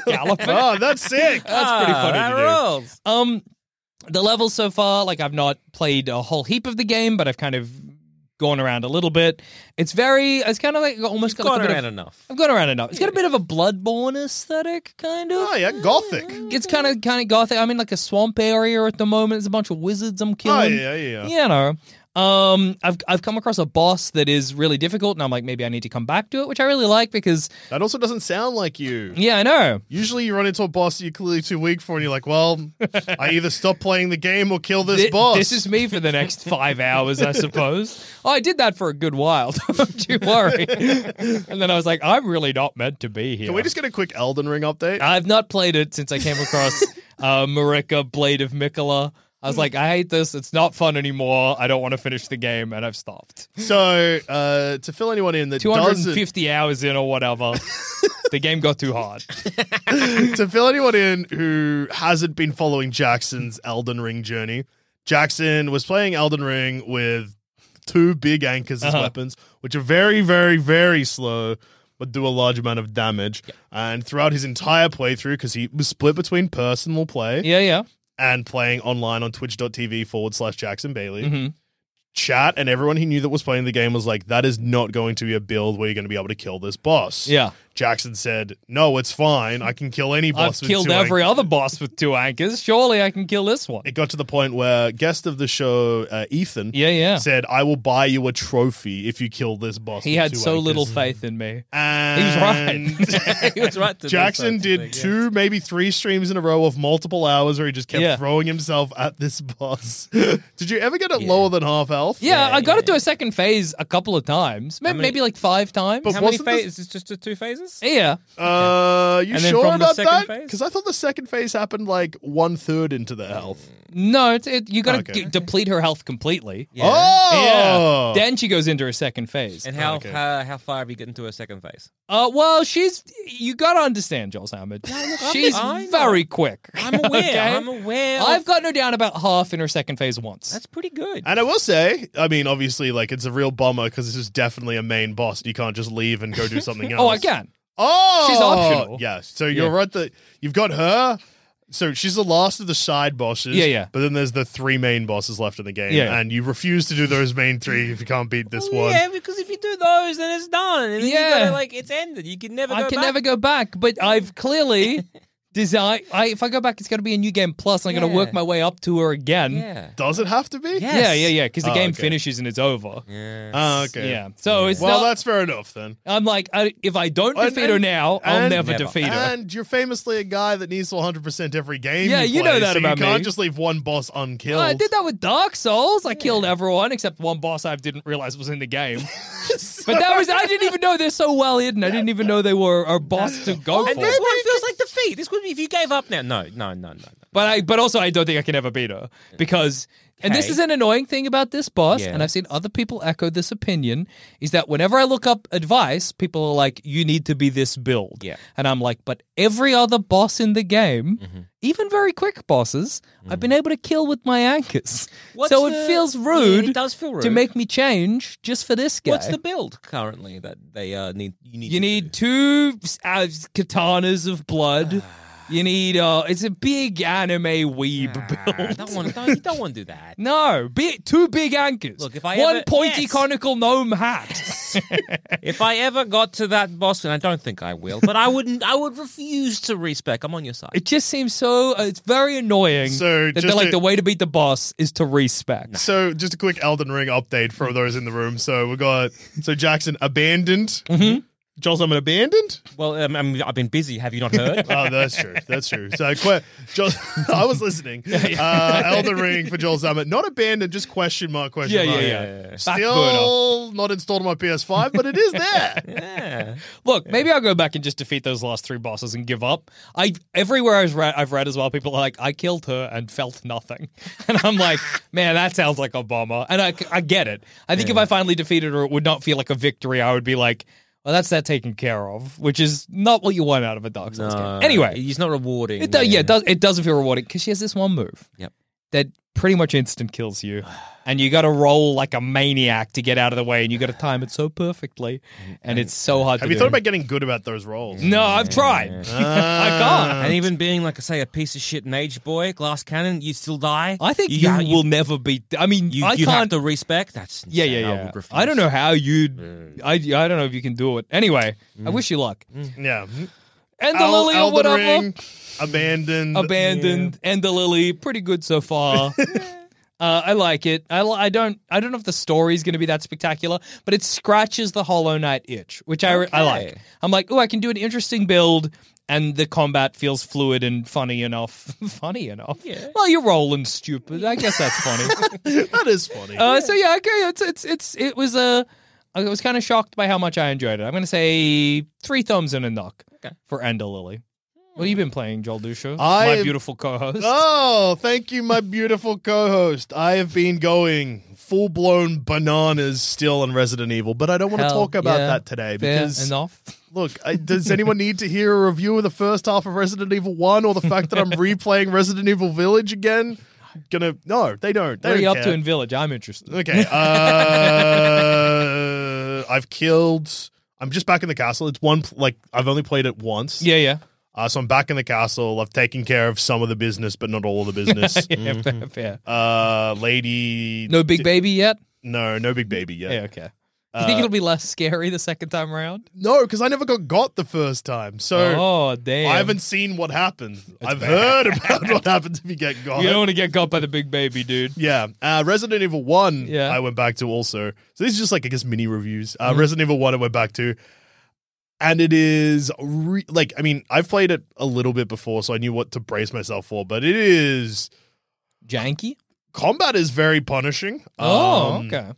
[LAUGHS] galloping. Oh, [LAUGHS] that's sick. That's pretty Ah, funny That to do. rolls. Um, the levels so far, like I've not played a whole heap of the game, but I've kind of gone around a little bit. It's very, it's kind of like almost You've gone got like a bit around of, enough. I've gone around enough. It's got a bit of a Bloodborne aesthetic, kind of. Oh, yeah, gothic. It's kind of kind of gothic. I'm in like a swamp area at the moment. There's a bunch of wizards I'm killing. Oh, yeah, yeah. You know. Um, I've I've come across a boss that is really difficult, and I'm like, maybe I need to come back to it, which I really like because That also doesn't sound like you. yeah, I know. Usually you run into a boss that you're clearly too weak for, and you're like, well, I either stop playing the game or kill this Thi- boss. This is me for the next five hours, I suppose. [LAUGHS] Oh, I did that for a good while. [LAUGHS] Don't you worry. and then I was like, I'm really not meant to be here. Can we just get a quick Elden Ring update? I've not played it since I came [LAUGHS] across uh, Marika Blade of Mikola. I was like, I hate this. It's not fun anymore. I don't want to finish the game, and I've stopped. so, uh, to fill anyone in that doesn't 250 hours in or [LAUGHS] whatever. the game got too hard. [LAUGHS] to fill anyone in who hasn't been following Jackson's Elden Ring journey, Jackson was playing Elden Ring with two big anchors as Uh-huh. weapons, which are very, very, very slow, but do a large amount of damage. And throughout his entire playthrough, because he was split between personal play Yeah, yeah. and playing online on twitch.tv forward slash Jackson Bailey. Mm-hmm. Chat and everyone he knew that was playing the game was like, that is not going to be a build where you're going to be able to kill this boss. Yeah. Jackson said, No, it's fine. I can kill [LAUGHS] any I've boss. with killed two every anch-" other boss with two anchors. Surely I can kill this one. It got to the point where guest of the show, uh, Ethan, Yeah, yeah. said, I will buy you a trophy if you kill this boss. He with had two so anchors." little faith in me. He was And [LAUGHS] right. [LAUGHS] He was right. To do Jackson such a did thing, yeah. two, maybe three streams in a row of multiple hours where he just kept Yeah. throwing himself at this [LAUGHS] boss. did you ever get it lower than half health? yeah, I got it to a second phase a couple of times. Maybe, many- maybe like five times. But How many wasn't this- phases? Is this just two phases? yeah. Uh, you And then sure from the about second that? phase? Because I thought the second phase happened like one third into the health. Mm, No, it's, it, you got to Okay. deplete her health completely. Yeah. Oh, Then she goes into her second phase. And how Okay. how, how far have you gotten to a second phase? Uh, well, she's you got to understand, Joel Salmon. she's I know. very quick. I'm aware. [LAUGHS] Okay? I'm aware. I've I've got. gotten her down about half in her second phase once. That's pretty good. And I will say, I mean, obviously, like it's a real bummer because this is definitely a main boss. and You can't just leave and [LAUGHS] go do something else. oh, I can. Oh, She's optional. Yeah. So you're Yeah. right that you've got her. So she's the last of the side bosses. Yeah, yeah. But then there's the three main bosses left in the game, Yeah. and you refuse to do those main three if you can't beat this Well, one. Oh, Yeah, because if you do those, then it's done. And then Yeah. you gotta, like it's ended. You can never. I go can back. never go back, [LAUGHS] but I've clearly designed. I, if I go back, it's going to be a new game plus. and I'm going to Yeah. work my way up to her again. Yeah. Does it have to be? Yeah. Yeah, yeah, yeah. Because the Oh, game okay. finishes and it's over. Yeah. Oh, okay. Yeah. So it's Well, not- that's fair enough then. I'm like, I, if I don't And- defeat her and- now, I'll and- never, Never. defeat her. And you're famously a guy that needs to 100% every game. Yeah, you play, know that so about You can't me. just leave one boss unkilled. I did that with Dark Souls. I killed everyone except one boss I didn't realize was in the game. [LAUGHS] but that was I didn't even know they're so well hidden. I didn't even know they were a boss to go And for. this one feels like defeat. This would be if you gave up now. No, no, no, no. no. But I but also I don't think I can ever beat her because and this Okay. is an annoying thing about this boss, Yeah. and I've seen other people echo this opinion, is that whenever I look up advice, people are like, You need to be this build. Yeah. And I'm like, but every other boss in the game, Mm-hmm. even very quick bosses, I've been able to kill with my anchors. [LAUGHS] What's so the- it feels Yeah, rude it does feel to rude. make me change just for this guy. What's the build currently that they uh, need? You need. You to need do? two uh, katanas [SIGHS] of blood. You need uh it's a big anime weeb I build. Oh, don't want. Don't, you don't want to do that. No, bi- two big anchors. Look, if I one ever- pointy Yes. conical gnome [LAUGHS] hat. If I ever got to that boss, and I don't think I will, but I wouldn't. I would refuse to respec. I'm on your side. it just seems so. Uh, it's very annoying. So, that they're just like to- the way to beat the boss is to respect. So, just a quick Elden Ring update for those in the room. So, we got so Jackson abandoned. Mm-hmm. Joel Summon abandoned. Well, um, I mean, I've been busy. Have you not [LAUGHS] heard? Oh, that's true. That's true. So, que- Joel, [LAUGHS] I [LAUGHS] was listening. Uh, Elden Ring for Joel Summit. Not abandoned, just question mark, question Yeah, yeah, mark. yeah, yeah, yeah. Back Still not installed on my PS5, but it [LAUGHS] is there. yeah. Look, maybe I'll go back and just defeat those last three bosses and give up. I everywhere I've read, I've read as well, people are like, I killed her and felt nothing, [LAUGHS] and I'm like, man, that sounds like a bummer. And I, I get it. I think if I finally defeated her, it would not feel like a victory. I would be like, well, that's that taken care of, which is not what you want out of a Dark Souls game. Anyway, it's not rewarding. it do, yeah, it, does, it doesn't feel rewarding because she has this one move Yep. that pretty much instant kills you. And you got to roll like a maniac to get out of the way, and you got to time it so perfectly, and it's so hard. Have to you do. thought about getting good about those roles? Uh, No, I've tried. I can't. And even being like, say, a piece of shit mage boy, glass cannon, you still die. I think you, ha- will never be. I mean, You, I you have can't. to respec. That's yeah, insane. yeah, I yeah. would refuse. I, don't know how you'd. I, I don't know if you can do it. Anyway, I wish you luck. Yeah. And [LAUGHS] the Mm. Al- lily or Elden whatever. Ring, abandoned. Abandoned. And the lily, pretty good so [LAUGHS] far. Uh, I like it. I, li- I don't. I don't know if the story's going to be that spectacular, but it scratches the Hollow Knight itch, which I, re- I like. Okay. I'm like, oh, I can do an interesting build, and the combat feels fluid and funny enough. [LAUGHS] funny enough. Yeah. Well, you're rolling stupid. I guess that's funny. [LAUGHS] that is funny. Uh, so yeah, okay, it's it's it's it was uh, I was kind of shocked by how much I enjoyed it. I'm gonna say three thumbs and a knock for Ender Lily. What have you been playing, Joel Dusha? My I've- beautiful co-host. Oh, thank you, my beautiful co-host. I have been going full-blown bananas still on Resident Evil, but I don't want to Hell, talk about yeah, that today Fair because enough. look, I, does anyone need to hear a review of the first half of Resident Evil One or the fact [LAUGHS] that I'm replaying Resident Evil Village again? Gonna no, they don't. They What are you don't up to care. in Village? I'm interested. Okay. Uh, [LAUGHS] I've killed. I'm just back in the castle. It's one pl- like I've only played it once. Yeah, yeah, Uh, so I'm back in the castle. I've taken care of some of the business, but not all of the business. [LAUGHS] yeah, fair, fair. Uh, lady. [LAUGHS] No big baby yet. No, no big baby yet. Yeah, okay. You Uh, think it'll be less scary the second time around? No, because I never got got the first time, so oh damn! I haven't seen what happens. I've heard [LAUGHS] about what happens if you get got. You don't want to get caught by the big baby, dude. Yeah, uh, Resident Evil One. Yeah. Mm-hmm. I went back to also. So these are just like I guess mini reviews. Uh, Resident Evil One, I went back to, and it is re- like I mean I've played it a little bit before, so I knew what to brace myself for. But it is Janky. combat is very punishing. Oh, Um, okay.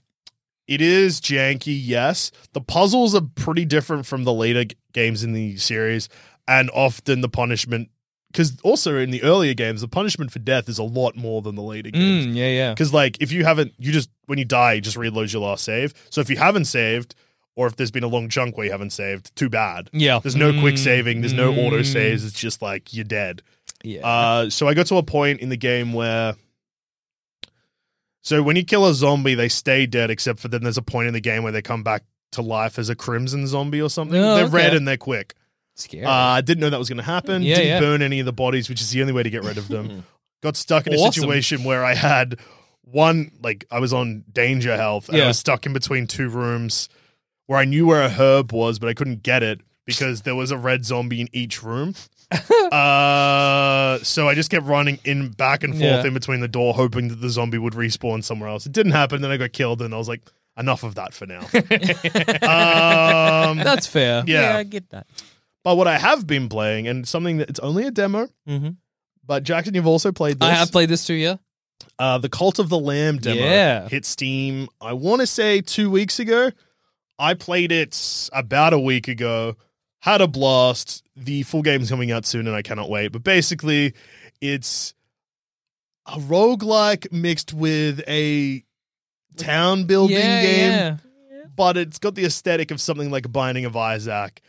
It is janky, yes. The puzzles are pretty different from the later g- games in the series, and often the punishment, because also in the earlier games, the punishment for death is a lot more than the later games. Mm, yeah, yeah. Because like if you haven't, you just when you die, you just reload your last save. So if you haven't saved, or if there's been a long chunk where you haven't saved, too bad. Yeah. There's no quick Mm, saving. There's no mm, auto saves. It's just like you're dead. Yeah. Uh, so I got to a point in the game where. So when you kill a zombie, they stay dead, except for then there's a point in the game where they come back to life as a crimson zombie or something. Oh, they're red okay. and they're quick. scary. Uh, I didn't know that was going to happen. Yeah, didn't yeah. burn any of the bodies, which is the only way to get rid of them. Got stuck in a Awesome. situation where I had one, like I was on danger health, and I Yeah. was stuck in between two rooms where I knew where a herb was, but I couldn't get it because there was a red zombie in [LAUGHS] each room. uh, so I just kept running in back and forth Yeah. in between the door, hoping that the zombie would respawn somewhere else. It didn't happen. Then I got killed, and I was like, enough of that [LAUGHS] for now. um, That's fair. yeah. I get that. But what I have been playing, and something that it's only a demo, Mhm. but Jackson, you've also played this. Mm-hmm. I have played this too. Yeah. uh, the Cult of the Lamb demo. Yeah. Hit Steam, I want to say two weeks ago. I played it about a week ago, had a blast. The full game's coming out soon, and I cannot wait. But basically, it's a roguelike mixed with a town building game, yeah. but it's got the aesthetic of something like Binding of Isaac.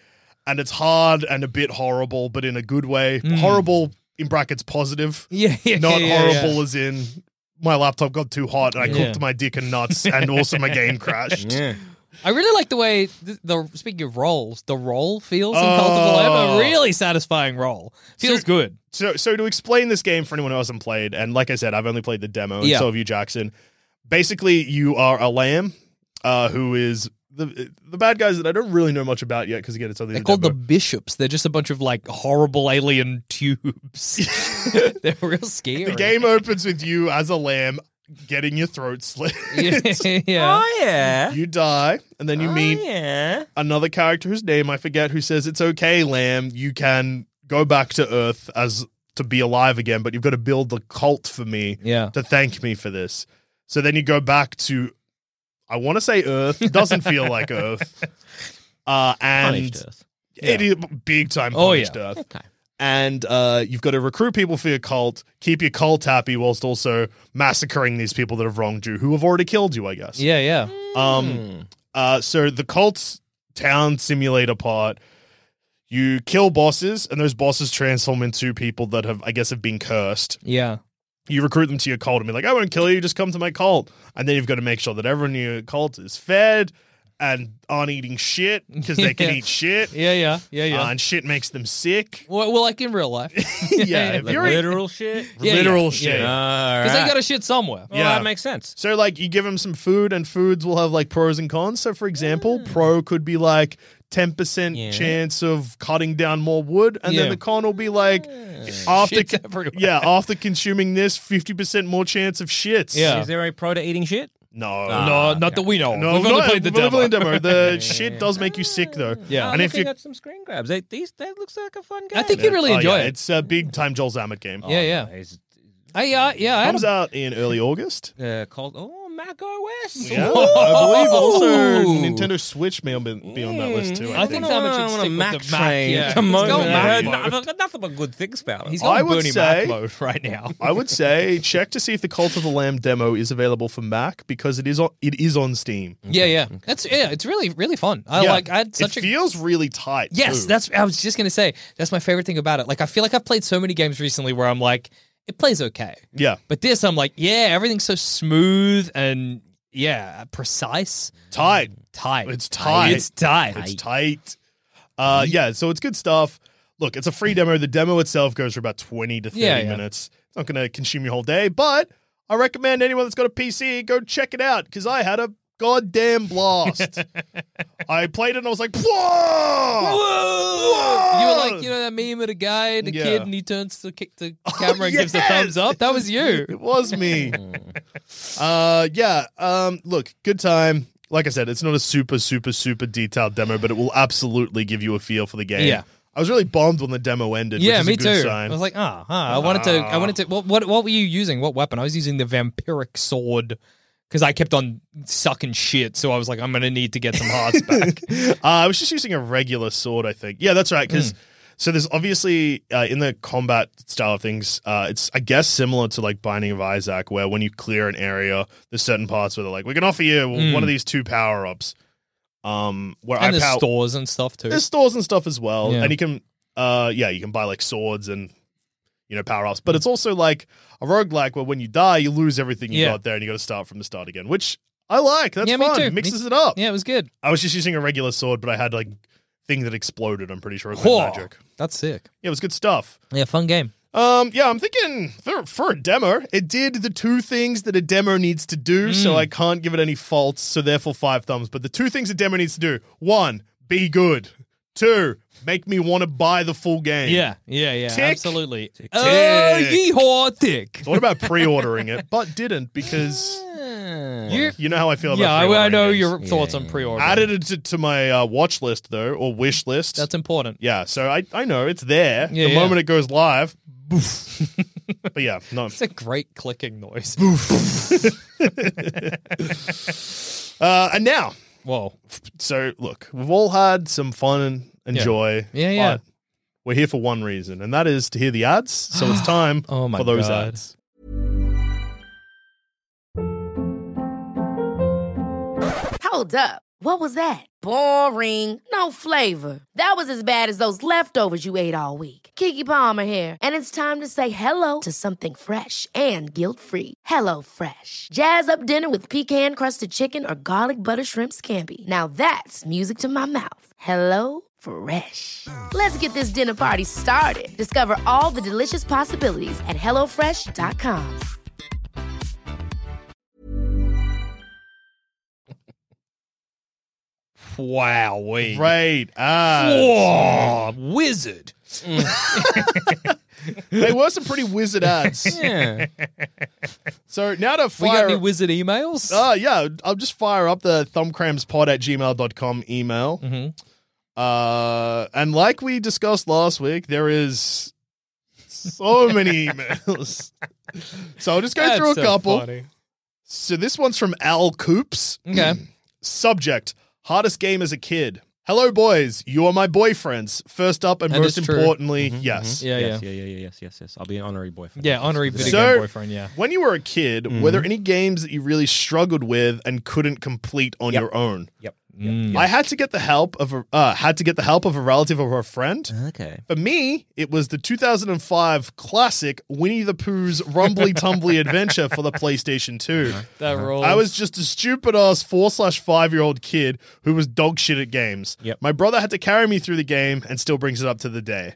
And it's hard and a bit horrible, but in a good way. Horrible in brackets positive. Yeah, Hmm. yeah, not yeah, yeah. horrible as in my laptop got too hot and I Yeah. cooked my dick and nuts and also my [LAUGHS] game crashed. Yeah. I really like the way the, the speaking of rolls, the roll feels in Oh. Cult of the Lamb a really satisfying roll. Feels So- good. So, so to explain this game for anyone who hasn't played, and like I said, I've only played the demo, and Yeah. so have you, Jackson. Basically, you are a lamb uh, who is the the bad guys that I don't really know much about yet because again, it's only They're the called the demo. bishops. They're just a bunch of like horrible alien [LAUGHS] tubes. [LAUGHS] They're real scary. The game opens with you as a lamb getting your [LAUGHS] throat slit. [LAUGHS] Yeah, yeah. Oh yeah. [LAUGHS] You die, and then you meet Oh, yeah. another character whose name I forget who says it's okay, Lamb, you can go back to Earth as to be alive again, but you've got to build the cult for me Yeah. to thank me for this. So then you go back to I want to say Earth. It doesn't feel like [LAUGHS] Earth. Uh and Punished us. it is big time Oh, punished yeah. Earth. Okay. And uh, you've got to recruit people for your cult, keep your cult happy whilst also massacring these people that have wronged you, who have already killed you, I guess. Yeah, yeah. Um uh, so the cult's town simulator part, you kill bosses, and those bosses transform into people that have, I guess, have been cursed. Yeah. You recruit them to your cult and be like, I won't kill you, just come to my cult. And then you've got to make sure that everyone in your cult is fed and aren't eating shit because they can [LAUGHS] Yeah. eat shit. Yeah, yeah. Yeah, yeah. uh, and shit makes [LAUGHS] them sick. well, well, like in real [LAUGHS] life. yeah, if Like you're literal shit. Yeah, literal yeah, shit. yeah. All Because right. they got to shit somewhere. well, Yeah. that makes sense. So like you give them some food and foods will have like pros and cons. So for example, Mm. pro could be like 10% Yeah. chance of cutting down more wood and then Yeah. the con will be like after Shit's everywhere. yeah, after consuming this 50% more chance of shits. Yeah. Is there a pro to eating shit? No. Ah, no, not that we know. of. No, We've only not- played the we've only demo. played the demo. The shit does make you sick though. Yeah. I'm And if you looking at some screen grabs, they, these that looks like a fun game. I think you'd really Oh, enjoy yeah, it. It's a big time Joel Zammett game. [LAUGHS] yeah, yeah. It's I, uh, yeah, I had Oh, Comes a- out in early August. uh, called oh Mac OS. [LAUGHS] Yeah. I believe also Ooh. Nintendo Switch may be be on that list too. Mm. I think I so much wanna- should I wanna stick with Mac the Mac, train. yeah. Come Let's on, go man. Mac I heard- mode. I've got nothing but good things about it. He's I got would Bernie say- Mac mode [LAUGHS] right [LAUGHS] now. I would say check to see if the Cult of the Lamb demo is available for Mac because it is on it is on Steam. Yeah, yeah. That's yeah. It's really really fun. I Yeah. like. I had such it a feels really tight. yes. too. That's I was just gonna say. That's my favorite thing about it. Like I feel like I've played so many games recently where I'm like, it plays okay, yeah, but this I'm like, yeah, everything's so smooth and yeah, precise, tight. tight. It's tight. It's tight. It's tight. Uh, yeah, so it's good stuff. Look, it's a free demo. The demo itself goes for about twenty to thirty Yeah, yeah. minutes. It's not going to consume your whole day, but I recommend anyone that's got a PC go check it out because I had a [LAUGHS] goddamn blast. I played it and I was like, whoa. Whoa! You were like, you know that meme of the guy, the Yeah. Oh, kid, and he turns to kick [LAUGHS] the camera and gives the thumbs up. That was you. Mm. It was me. uh, yeah. Um, look, good time. Like I said, it's not a super, super, super detailed demo, but it will absolutely give you a feel for the game. Yeah. I was really bummed when the demo ended. Yeah, which is me a good too. Sign. I was like, ah, huh. I wanted to. I wanted to. What, what? What were you using? What weapon? I was using the vampiric sword because I kept on sucking shit. So I was like, I'm gonna need to get some [LAUGHS] hearts back. uh, I was just using a regular sword, I think. Yeah, that's right. Mm. Because so there's obviously uh, in the combat style of things, uh, it's I guess similar to like Binding of Isaac, where when you clear an area, there's certain parts where they're like, we can offer you one of these two power ups. Um, where Mm. and I there's pow- stores and stuff too. there's stores and stuff as well, Yeah. and you can, uh, yeah, you can buy like swords and you know power ups. But it's also like a roguelike where when you die, you lose everything you Yeah. got there, and you got to start from the start again, which I like. That's Yeah, me fun. too. Mixes Me- it up. yeah, it was good. I was just using a regular sword, but I had like thing that exploded. I'm pretty sure it was Whoa, like, magic. That's sick. Yeah, it was good stuff. Yeah, fun game. Um, yeah, I'm thinking for, for a demo, it did the two things that a demo needs to do, Mm. so I can't give it any faults. So therefore, five thumbs. But the two things a demo needs to do: one, be good; two, make me want to buy the full game. Yeah, yeah, yeah. Tick. Absolutely. Oh, yeehaw, tick. thought about pre-ordering it, but didn't because You- you know how I feel about. yeah, I, I pre-ordering know games. your thoughts on pre-order. Added it to, to my uh, watch list though, or wish list. That's important. Yeah, so I, I know it's there. Yeah, the yeah. moment it goes live, [LAUGHS] boof. but yeah, [LAUGHS] no. It's a great clicking noise. Uh, and now, [LAUGHS] Whoa. so look, we've all had some fun and, and Yeah. joy. Yeah, yeah. But [GASPS] we're here for one reason, and that is to hear the ads. So it's time Oh my for those God. ads. Hold up. What was that? Boring. No flavor. That was as bad as those leftovers you ate all week. Kiki Palmer here, and it's time to say hello to something fresh and guilt-free. Hello Fresh. Jazz up dinner with pecan-crusted chicken or garlic butter shrimp scampi. Now that's music to my mouth. Hello Fresh. Let's get this dinner party started. Discover all the delicious possibilities at hellofresh.com. Wow, we Great. ads. Whoa, wizard. They were some pretty [LAUGHS] wizard ads. Yeah. [LAUGHS] So now to We got fire. any wizard emails? uh, yeah, I'll just fire up the thumbcrampspod at gmail.com email. Mhm. Uh, and like we discussed last week, there is so [LAUGHS] many emails. So I'll just go That's through a so couple. funny. So this one's from Al Coops. Okay. Subject Hardest game as a kid. Hello, boys. You are my boyfriends. First up, and That most is true. Mm-hmm, importantly, Mhm, yes. Yeah, yes, [CLEARS THROAT] yeah. yeah, yeah, yeah, yes, yes, yes. I'll be an honorary boyfriend. Yeah, honorary video Sir- game boyfriend, yeah. When you were a kid, were Mhm. Mm-hmm. there any games that you really struggled with and couldn't complete on Yep. your own? Mm. I had to get the help of a uh, had to get the help of a relative or a friend. Okay. For me, it was the 2005 classic Winnie the Pooh's Rumbly Tumbly Adventure [LAUGHS] for the PlayStation 2. That rolls. I was just a stupid ass four slash five year old kid who was dog shit at games. Yep. My brother had to carry me through the game and still brings it up to the day.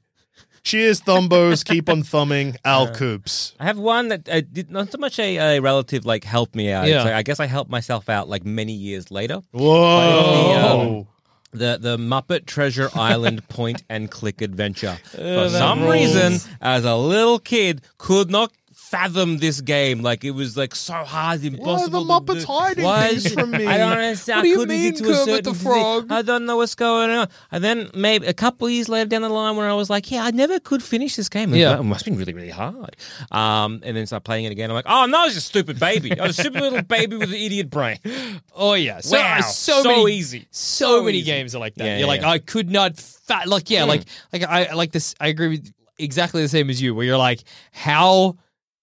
Cheers, [LAUGHS] thumbos. keep on thumbing. Al Coops. I have one that uh, did not so much a, a relative like help me out. Yeah. It's like, I guess I helped myself out like many years later. uh, Whoa. The the Muppet [LAUGHS] Treasure Island point and click adventure. For that some rules. reason, as a little kid, could not fathom this game. Like it was like so hard, Why are the impossible. to Muppets do. hiding Why things is- from me? I don't understand. What do I you couldn't mean, get to a Kermit certain the desi- Frog? I don't know what's going on. And then maybe a couple years later down the line, where I was like, yeah, I never could finish this game. It Yeah. mu- must have been really, really hard. Um, and then start playing it again. I'm like, oh no, I was just a stupid baby. I was a stupid little baby with an idiot brain. [LAUGHS] Oh yeah, so, Wow. so, So many, easy. So, So many easy. games are like that. Yeah, You're yeah, like, yeah. Hmm. I could not. Fa-. Like yeah, like like I like this. I agree with exactly the same as you. Where you're like, how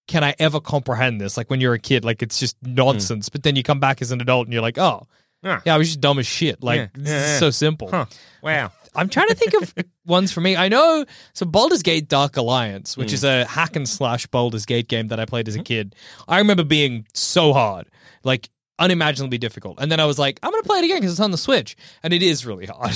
can I ever comprehend this? Like when you're a kid, like it's just Hmm. nonsense. But then you come back as an adult and you're like, oh. Yeah. Yeah, I was just dumb as shit. Like Ah. Yeah, this yeah, is yeah. so simple. Huh. Wow. [LAUGHS] I'm trying to think of ones for me. I know so Baldur's Gate Dark Alliance, which is a hack and slash Baldur's Gate game that I played as a kid. I remember being so hard, like unimaginably difficult. And then I was like, I'm going to play it again because it's on the Switch, and it is really hard.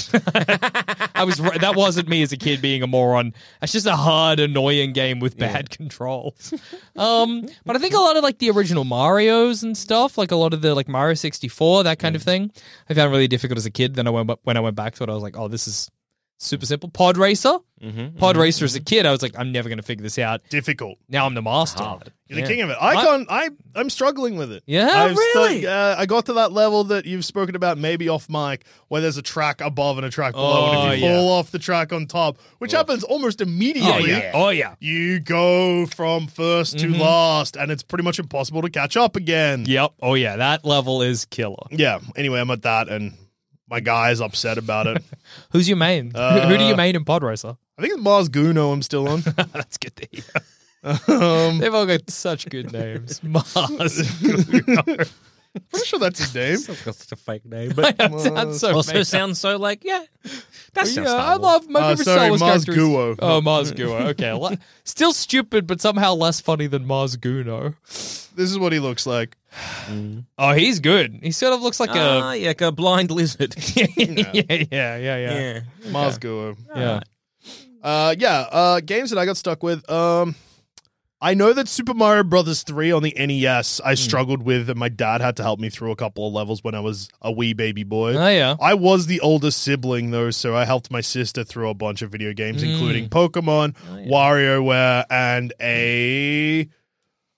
I was ri- that wasn't me as a kid being a moron. It's just a hard, annoying game with bad controls. Um, but I think a lot of like the original Mario's and stuff, like a lot of the like Mario 64, that kind of thing, I found really difficult as a kid. Then I went when I went back to it, I was like, oh, this is super simple. Pod Racer, Mhm. Pod Racer as a kid, I was like, I'm never going to figure this out. Difficult. Now I'm the master. You're the king of it. I I- can't. I I'm struggling with it. Yeah, I've stu- really? uh, I got to that level that you've spoken about, maybe off mic, where there's a track above and a track below, and Oh, if you yeah. fall off the track on top, which happens almost immediately. Oh yeah. Oh yeah. You go from first to last, and it's pretty much impossible to catch up again. Yep. Oh Mm-hmm. yeah. That level is killer. Yeah. Anyway, I'm at that, and my guy's upset [LAUGHS] about it. Who's your main? Who- Who do you main in Pod Racer? I think it's Mars Guno I'm still [LAUGHS] on. That's good to hear. Um, They've all got such good names. [LAUGHS] Mars. pretty sure that's his name. That's got such a fake name, but [LAUGHS] That's so also made up. sounds so like yeah. That sounds. yeah, Star I Wars. love my Uh, favorite sorry, Star Wars Maz character is- Guo. Oh, Mars Guo. [LAUGHS] Okay, Le- still stupid, but somehow less funny than Mars Guno. This is what he looks like. Oh, he's good. He sort of looks like Ah, a yeah, like a blind [LAUGHS] lizard. yeah, [LAUGHS] yeah, yeah, yeah, yeah, yeah. Mars Guo. yeah. Uh, yeah, uh, games that I got stuck with. Um, I know that Super Mario Brothers three on the NES Hmm. I struggled with, and my dad had to help me through a couple of levels when I was a wee baby boy. Oh yeah. I was the oldest sibling though, so I helped my sister through a bunch of video games, Mm. including Pokemon, Oh, WarioWare, and a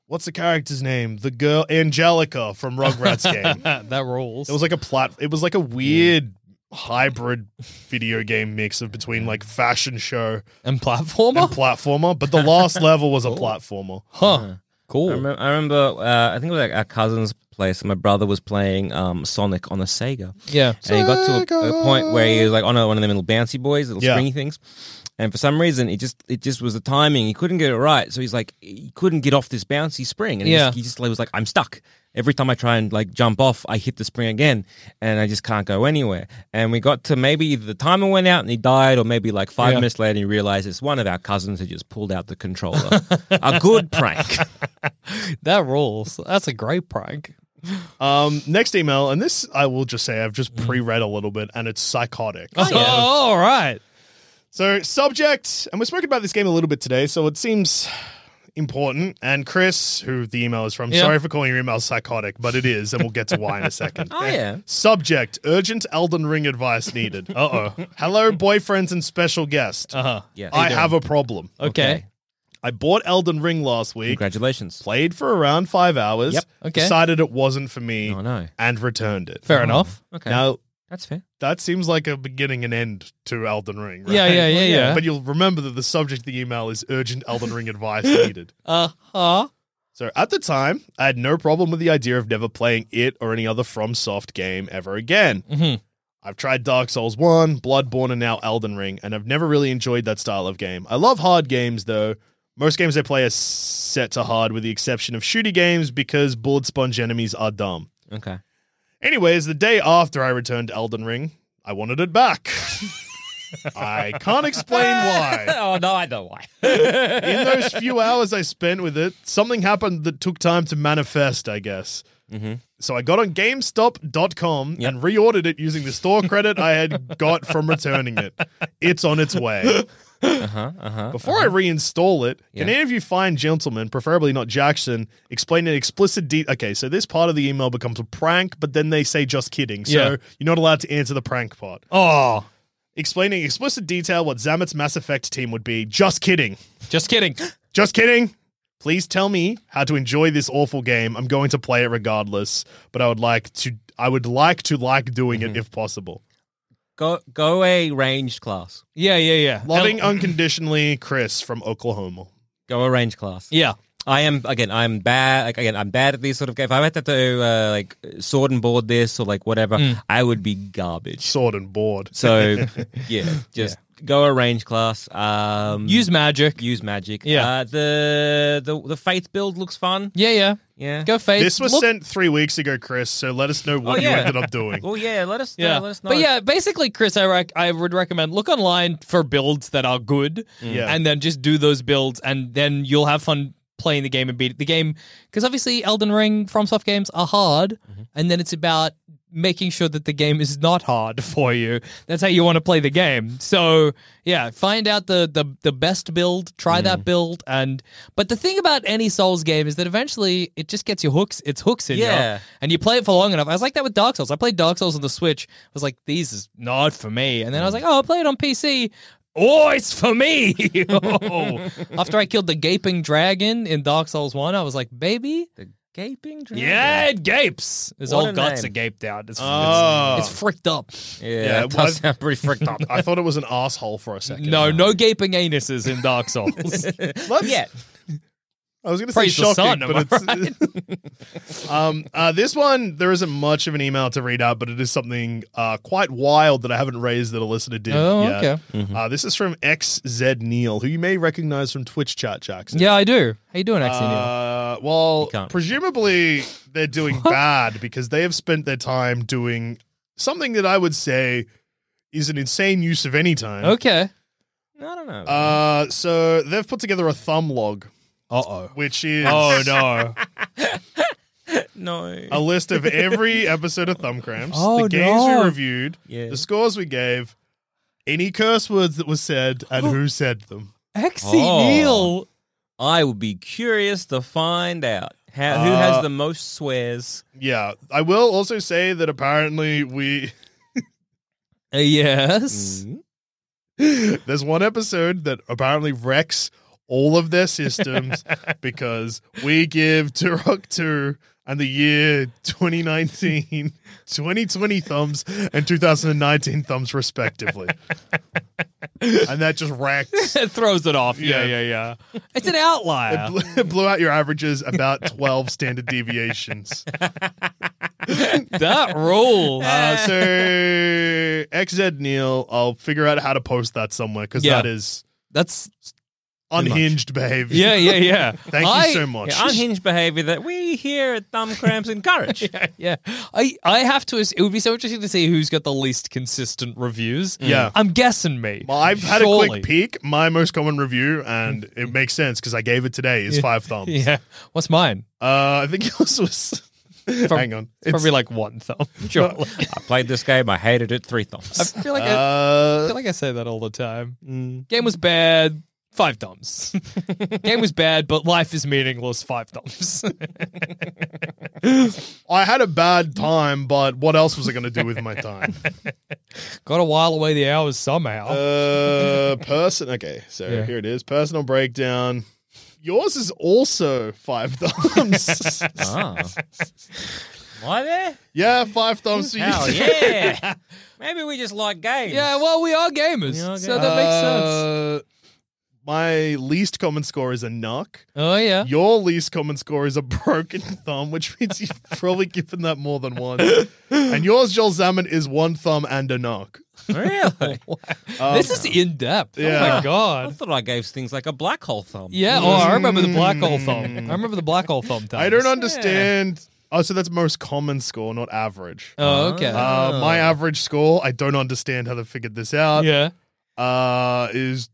what's the character's name? The girl Angelica [LAUGHS] from Rugrats game. That, that rolls. It was like a plat. It was like a weird hybrid video game mix of between like fashion show and platformer. [LAUGHS] and platformer, but the last level was a platformer. Oh. huh. I Cool. remember, I, remember uh, I think it was like our cousin's place, and my brother was playing um, Sonic on a Sega. Yeah. "Oh, And he got to a, a point where he was like on a, one of them little bouncy boys, little Yeah. springy things. And for some reason, it just it just was the timing. He couldn't get it right, so he's like he couldn't get off this bouncy spring, and he Yeah. just, he just like, was like, "I'm stuck." Every time I try and like jump off, I hit the spring again, and I just can't go anywhere. And we got to maybe either the timer went out and he died, or maybe like five Yeah. minutes later, and he realized it's one of our cousins who just pulled out the controller. [LAUGHS] A good prank. [LAUGHS] That rules. That's a great prank. Um, next email, and this I will just say I've just pre-read a little bit, and it's psychotic. Oh, all right. So, subject, and we spoke about this game a little bit today, so it seems important. And Chris, who the email is from, Yeah. sorry for calling your email psychotic, but it is, and we'll get to why in a second. [LAUGHS] Oh yeah. Subject, urgent Elden Ring advice needed. Uh oh. Hello, boyfriends and special guest. Uh huh. Oh, Yeah. I have a problem. Okay. I bought Elden Ring last week, Congratulations. played for around five hours, Yep. Okay. decided it wasn't for me, Oh no. and returned it. Fair enough. Okay. Now, That's fair. that seems like a beginning and end to Elden Ring, right? Yeah, yeah, yeah, yeah. But you'll remember that the subject of the email is urgent Elden Ring [LAUGHS] advice needed. Uh huh. So at the time, I had no problem with the idea of never playing it or any other FromSoft game ever again. Mhm. I've tried Dark Souls 1, Bloodborne, and now Elden Ring, and I've never really enjoyed that style of game. I love hard games, though. Most games I play are set to hard, with the exception of shooty games because bullet sponge enemies are dumb. Okay. Anyways, the day after I returned to Elden Ring, I wanted it back. I can't explain why. [LAUGHS] oh no, I know why. In those few hours I spent with it, something happened that took time to manifest, I guess. Mhm. So I got on GameStop.com Yep. and reordered it using the store credit I had got from returning it. It's on its way. uh huh. Uh huh. Before I reinstall it, can Yeah. any of you fine gentlemen, preferably not Jackson, explain in explicit detail? Okay, so this part of the email becomes a prank, but then they say just kidding. So Yeah. you're not allowed to answer the prank part. Oh, Explaining in explicit detail what Zamet's Mass Effect team would be. Just kidding. just kidding. [GASPS] Just kidding. Please tell me how to enjoy this awful game. I'm going to play it regardless, but I would like to. I would like to like doing Mm-hmm. it if possible. Go go a ranged class. Yeah, yeah, yeah. Loving El- unconditionally, Chris from Oklahoma. Go a range class. yeah. I am again. I'm bad. Like again, I'm bad at these sort of games. If I had to do, uh, like sword and board this or like whatever, Mm. I would be garbage. Sword and board. [LAUGHS] So yeah, just go a range class. Um, Use magic. use magic. Yeah. Uh, the the the faith build looks fun. Yeah, yeah. Yeah. Go faith. This was Look- sent three weeks ago, Chris. So let us know what Oh, yeah. you ended [LAUGHS] up doing. Well, yeah. Let us. Yeah, Know, let us know. but yeah, basically, Chris, I rec- I would recommend look online for builds that are good, Yeah. and then just do those builds, and then you'll have fun playing the game and beat it. the game. Because obviously, Elden Ring FromSoft games are hard, and then it's about making sure that the game is not hard [LAUGHS] for you. That's how you want to play the game. So yeah, find out the the, the best build, try that build, and but the thing about any Souls game is that eventually it just gets your hooks. It's hooks in Yeah. you and you play it for long enough. I was like that with Dark Souls. I played Dark Souls on the Switch. I was like, these is not for me. And then I Mm. was like, oh, I'll play it on PC. Oh, it's for me. [LAUGHS] Oh. After I killed the gaping dragon in Dark Souls 1, I was like, baby. The gaping dragon. Yeah, it gapes. His What whole a guts name. are gaped out. It's, Oh. it's, it's fricked up. Yeah. Yeah, that it does was- sound pretty fricked up. [LAUGHS] I thought it was an asshole for a second. No, no gaping anuses in Dark [LAUGHS] Souls. Let's- yeah. I was going to say Praise the shocking, sun, am I but it's, [LAUGHS] um, uh, this one there isn't much of an email to read out, but it is something uh, quite wild that I haven't raised that a listener did. Oh, yet. okay. Uh, this is from XZ Neil, who you may recognize from Twitch chat, Jackson. yeah, I do. How you doing, Axie? Neil? Uh, You well, can't. presumably they're doing bad because they have spent their time doing something that I would say is an insane use of any time. Uh, okay. I don't know. Uh, so they've put together a thumb log, Uh oh. which is Oh, no. no. [LAUGHS] uh, a list of every episode of Thumb Cramps, Oh, the games no. we reviewed, Yeah. the scores we gave, any curse words that were said, and Oh. who said them. Axie Oh. Neil. I would be curious to find out how, who Uh, has the most swears. Yeah, I will also say that apparently we Uh, Mm. yes. Mm-hmm. there's one episode that apparently wrecks all of [LAUGHS] their systems because we give Turok 2 and the year 2019, 2020 thumbs and 2019 [LAUGHS] thumbs respectively. and that just wrecked. [LAUGHS] it throws it off. Yeah. Yeah, yeah, yeah. It's an outlier. It blew, it blew out your averages about 12 [LAUGHS] standard deviations. that rule. Uh, so, XZ Neil, I'll figure out how to post that somewhere because Yeah. that is That's Unhinged behavior. yeah, yeah, yeah. [LAUGHS] Thank you I- so much. Yeah, unhinged behavior that we here at Thumb Cramps [LAUGHS] encourage. Yeah, I I have to. ass- It would be so interesting to see who's got the least consistent reviews. Mm. Yeah. I'm guessing me. Well, I've had a Surely. quick peek. My most common review, [LAUGHS] and it makes sense because I gave it today, is five thumbs. Yeah, what's mine? Uh, I think [LAUGHS] yours was. hang on. It's, probably like one [LAUGHS] thumb. Sure. I played this game. I hated it three thumbs. [LAUGHS] I feel like I, I Uh, mm. feel like I say that all the time. Game was bad. Five thumbs. [LAUGHS] Game was bad, but life is meaningless. Five thumbs. [LAUGHS] I had a bad time, but what else was I going to do with [LAUGHS] my time? Got to while away the hours somehow. Uh, person. Okay, so Yeah. here it is. Personal breakdown. Yours is also [LAUGHS] five [LAUGHS] thumbs. [LAUGHS] Oh. Why there? yeah, five thumbs for you. Hell [LAUGHS] yeah. Maybe we just like games. yeah, well, we are gamers, We are so gamers. that makes sense. Uh, my least common score is a knock. Oh yeah. Your least common score is a [LAUGHS] broken thumb, which means you've probably given that more [LAUGHS] than once. And yours, Joel Zaman, is one thumb and a knock. Really? this is in depth. Oh Yeah. my god. I thought I gave things like a black hole thumb. Yeah, oh, I remember the black hole thumb. I remember the black hole thumb. Mm. I don't times. understand. Oh, so that's most common score, not average. Oh, okay. Uh, my average score, I don't understand how they figured this out, yeah. uh, is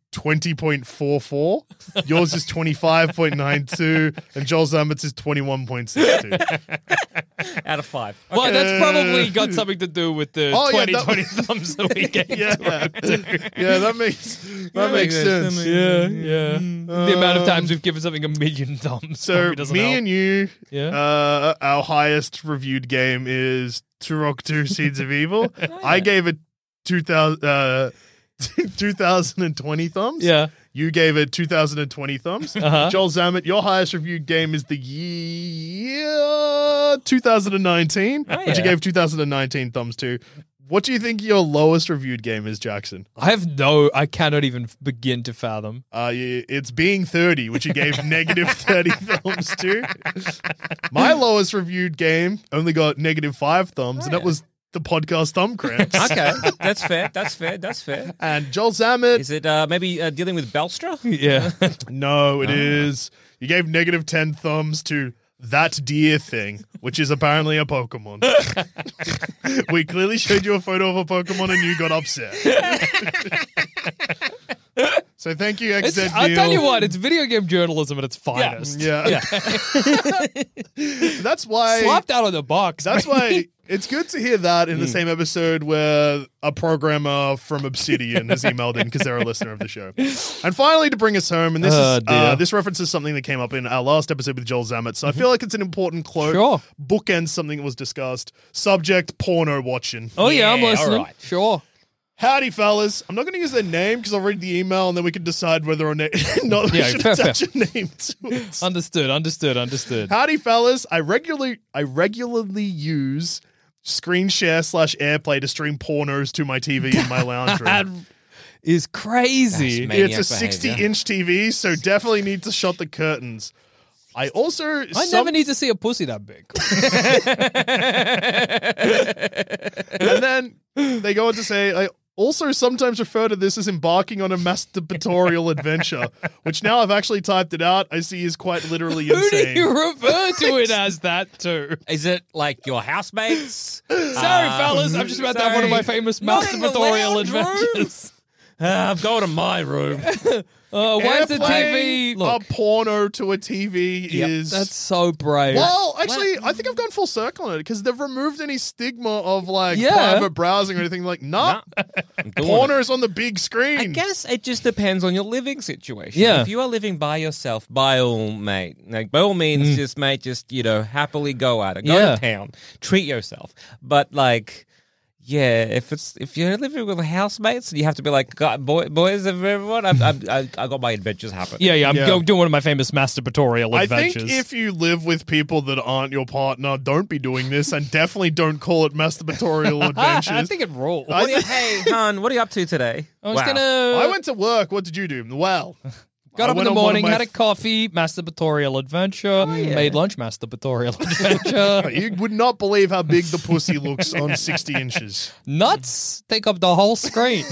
20.44. Yours is 25.92. And Joel Zamet's is [LAUGHS] 21.62. Out of five. Well, that's probably got something to do with the Oh, yeah, 20 that- [LAUGHS] 20 thumbs that we [LAUGHS] gave. [LAUGHS] yeah. yeah, that makes, that makes sense. Yeah, yeah. the amount of times we've given something a million [LAUGHS] thumbs. So probably doesn't me help. and you, Yeah. uh, our highest reviewed game is Turok 2 Seeds of [LAUGHS] Evil. I gave it 2000, uh, [LAUGHS] 2020 thumbs. Yeah. You gave it 2020 thumbs. Uh-huh. Joel Zammit, your highest reviewed game is the year 2019, Oh, which yeah. you gave 2019 thumbs to. What do you think your lowest reviewed game is, Jackson? I have no, I cannot even f- begin to fathom. Uh, y- it's being 30, which [LAUGHS] you gave negative 30 thumbs to. [LAUGHS] My lowest reviewed game only got negative five thumbs, Oh, and that was the podcast Thumb [LAUGHS] Cramps. okay. That's fair. That's fair. That's fair. and Joel Zammit, Is it uh, maybe uh, dealing with Belstra? Yeah. no, Oh. it [LAUGHS] is. You gave negative 10 thumbs to that deer thing, which is apparently [LAUGHS] a Pokemon. we clearly showed you a photo of a Pokemon and you got [LAUGHS] upset. so thank you, It's- XZ I'll tell Neil. you what, it's video game journalism at its finest. Yeah. [LAUGHS] That's why. Slapped out of the box. That's man. why [LAUGHS] it's good to hear that Hmm. in the same episode where a programmer from Obsidian has emailed in because they're a listener of the show. And finally, to bring us home, and this Oh, is uh, dear. Mm-hmm. this references something that came up in our last episode with Joel Zammett. So I feel like it's an important quote. Sure. Bookends something that was discussed. Subject: porno watching. Oh, yeah, I'm Yeah, all listening. right. Sure. Howdy, fellas. I'm not going to use their name because I'll read the email and then we can decide whether or na- [LAUGHS] not we Yeah, should fair, fair. attach a name to it. Understood, understood, understood. Howdy, fellas. I regularly I regularly use screen share slash airplay to stream pornos to my TV in [LAUGHS] my lounge room. is crazy. That's maniac it's a 60 behavior. inch TV, so definitely need to shut the curtains. I also I never need to see a pussy that big. [LAUGHS] and then they go on to say I also sometimes refer to this as embarking on [LAUGHS] a masturbatorial adventure, which now I've actually typed it out. I see is quite literally Who do insane. you refer to it as that to? Is it like your housemates? Uh, sorry, Sorry, fellas, I've just about to have one of my famous masturbatorial adventures. I'm going to my room. [LAUGHS] Uh, why is the Airplay TV? Look, a porno to a TV is that's so brave. Well, actually, I think I've gone full circle on it because they've removed any stigma of like Yeah. private browsing or anything. Like, nah, I'm doing it. porno's on the big screen. I guess it just depends on your living situation. Yeah. If you are living by yourself, by all mate, like by all means, just mate, just you know, happily go at it, go Mm. Yeah. to town, treat yourself. But like, yeah, if it's if you're living with housemates, you have to be like, "God, boy, boys, everyone, I've, I've, i I got my adventures happening. Yeah, yeah, I'm Yeah. go- doing one of my famous masturbatorial I think adventures. if you live with people that aren't your partner, don't be doing this, and definitely don't call [LAUGHS] it masturbatorial adventures. I think it rules. I Hey, hon, what are you up to today? I was gonna. I went to work. What did you do? Well, uh, [LAUGHS] Got I up in went the on one of morning, my had a f- coffee, masturbatorial adventure, made lunch, masturbatorial But [LAUGHS] adventure. [LAUGHS] You would not believe how big the pussy [LAUGHS] looks on 60 inches. Nuts take up the whole screen.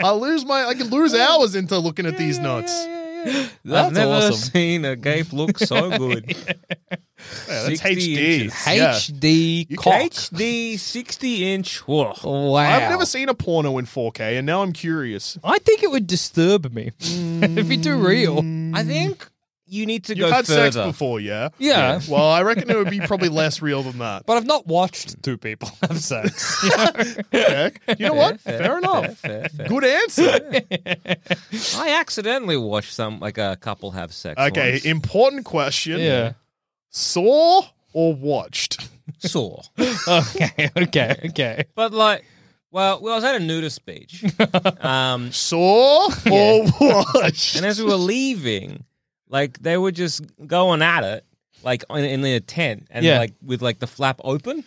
I lose my, I could lose hours into looking at these nuts. That's I've never awesome. seen a gape look so [LAUGHS] good. Yeah, that's 60 HD. inches. [LAUGHS] Yeah. HD cock. HD 60 inch. Whoa. wow. I've never seen a porno in 4K, and now I'm curious. I think it would disturb me [LAUGHS] if you do real. I think Mm. you need to You've go had further. sex before, yeah? Yeah. Well, I reckon it would be probably less real than that. [LAUGHS] But I've not watched two people [LAUGHS] have sex. you know? Okay. You know what? Fair enough. Good answer. I accidentally watched some like a couple have sex. Okay, once. important question. yeah. [LAUGHS] Saw or watched? saw. Okay, okay, okay. But like, well, well, I was at a nudist beach, um, Saw or watched? and as we were leaving, like they were just going at it, like in, in their tent, and Yeah. like with like the flap open.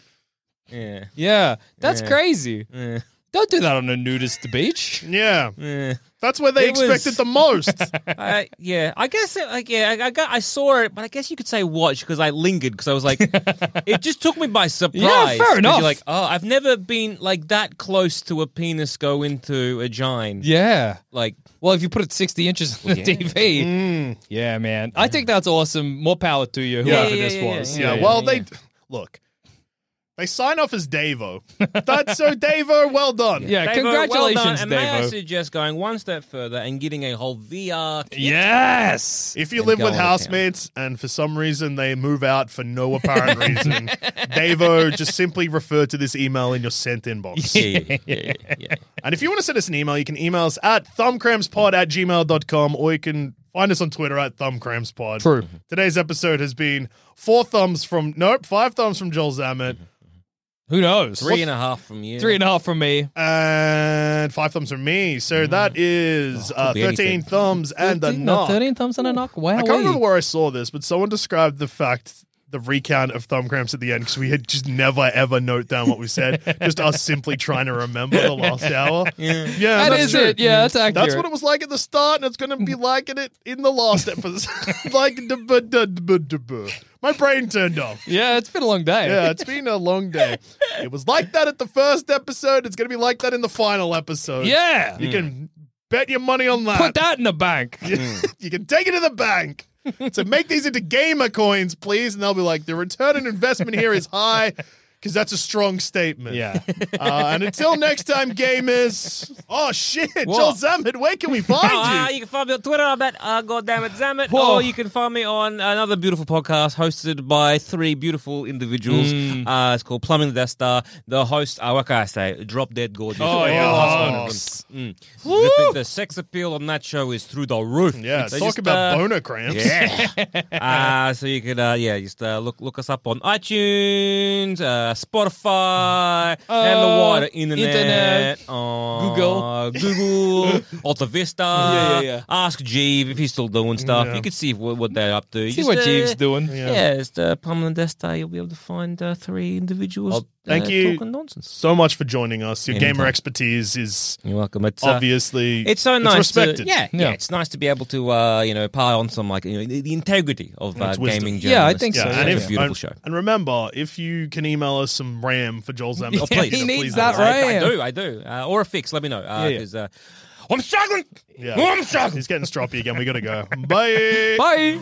Yeah, Yeah, that's Yeah. crazy. yeah, Don't do that on a nudist beach. Yeah. yeah. That's where they It was- expect it the most. I, Uh, yeah, I guess it, like yeah, I, I got I saw it, but I guess you could say watch because I lingered because I [LAUGHS] was like, it just took me by surprise. Yeah, fair 'cause you're enough. like, oh, I've never been like that close to a penis go into a gine. [LAUGHS] Yeah. Like, Well, if you put it 60 inches on the TV. Mm. Yeah, man. I think that's awesome. More power to you, Yeah, whoever yeah, this yeah, yeah, was. yeah. Yeah, well, they look. They sign off as Davo. That's so Davo. Well done. Yeah, Davo, congratulations, well done. And may I Davo. suggest going one step further and getting a whole VR? Yes. If you And live go with on the housemates and for some reason they move out for no apparent [LAUGHS] reason, Davo, just simply refer to this email in your sent inbox. Yeah, yeah, yeah, yeah. And if you want to send us an email, you can email us at thumbcrampspod at gmail.com or you can find us on Twitter at thumbcrampspod. True. Today's episode has been four thumbs from, nope, five thumbs from Joel Zammett Who [LAUGHS] knows? Three and a half from you. Three and a half from me. Mm-hmm. and five thumbs from me. So that is uh, Mm. Oh, be 13 anything. thumbs and a knock. 13 thumbs and a knock. Wow. I can't remember where I saw this, but someone described the fact the recount of thumb cramps at the end because we had just never ever note down what [LAUGHS] we said, just us simply trying to remember the last hour. Yeah, That that's is true. it. Yeah, that's accurate. That's what it was like at the start, and it's going to be like it in the last episode. [LAUGHS] like, duh, buh, duh, buh, duh, buh. my brain turned off. Yeah, it's been a long day. Yeah, it's been a long day. It was like that at the first episode. It's going to be like that in the final episode. Yeah. you can bet your money on that. Put that in the bank. Mm. [LAUGHS] you can take it to the bank. So make these into gamer coins, please. And they'll be like, the return on investment here is high because that's a strong statement. [LAUGHS] Yeah. [LAUGHS] Uh, and until next time, gamers. Oh, shit. What? Joel Zammit, where can we find Oh, uh, you? you can find me on Twitter. I'm at uh, goddammit Zammit. Whoa. Or you can find me on another beautiful podcast hosted by three beautiful individuals. Mm. Uh, it's called Plumbing the Death Star. The host, uh, what can I say? Drop Dead Gorgeous. Oh, yeah. That's one of them. Mm. The, the sex appeal on that show is through the roof. Yeah, They talk just, about uh, boner cramps. Yeah. Uh-huh. uh, so you could, uh, yeah, just uh, look look us up on iTunes, uh, Spotify, and the Uh, wider internet, internet, on [LAUGHS] Google. Google, Alta Vista. [LAUGHS] Yeah, yeah, yeah. Ask Jeeve if he's still doing stuff. Yeah. You could see what, what they're up to. See what Jeeves doing. doing. Yeah. Yeah. it's the Pamela Desta. You'll be able to find uh, three individuals. Oh, Well, thank uh, you. Talking nonsense. So much for joining us. Your Anytime. gamer expertise is You're welcome. It's, uh, obviously it's so nice. To, respected. yeah, yeah, Yeah. It's nice to be able to, uh, you know, pile on some like you know, the, the integrity of uh, It's wisdom. gaming. Yeah, I journalists. think so, Yeah, Yeah, and it's if- a beautiful and- show. And remember, if you can email us some RAM for Joel Zammit, [LAUGHS] Oh, [LAUGHS] Yeah, please, he needs please that do. RAM. I, I do, I do. Uh, or a fix, let me know. Uh, Yeah, yeah. 'cause, uh, I'm struggling. Yeah. I'm struggling. He's getting stroppy again. We got to go. Bye. Bye.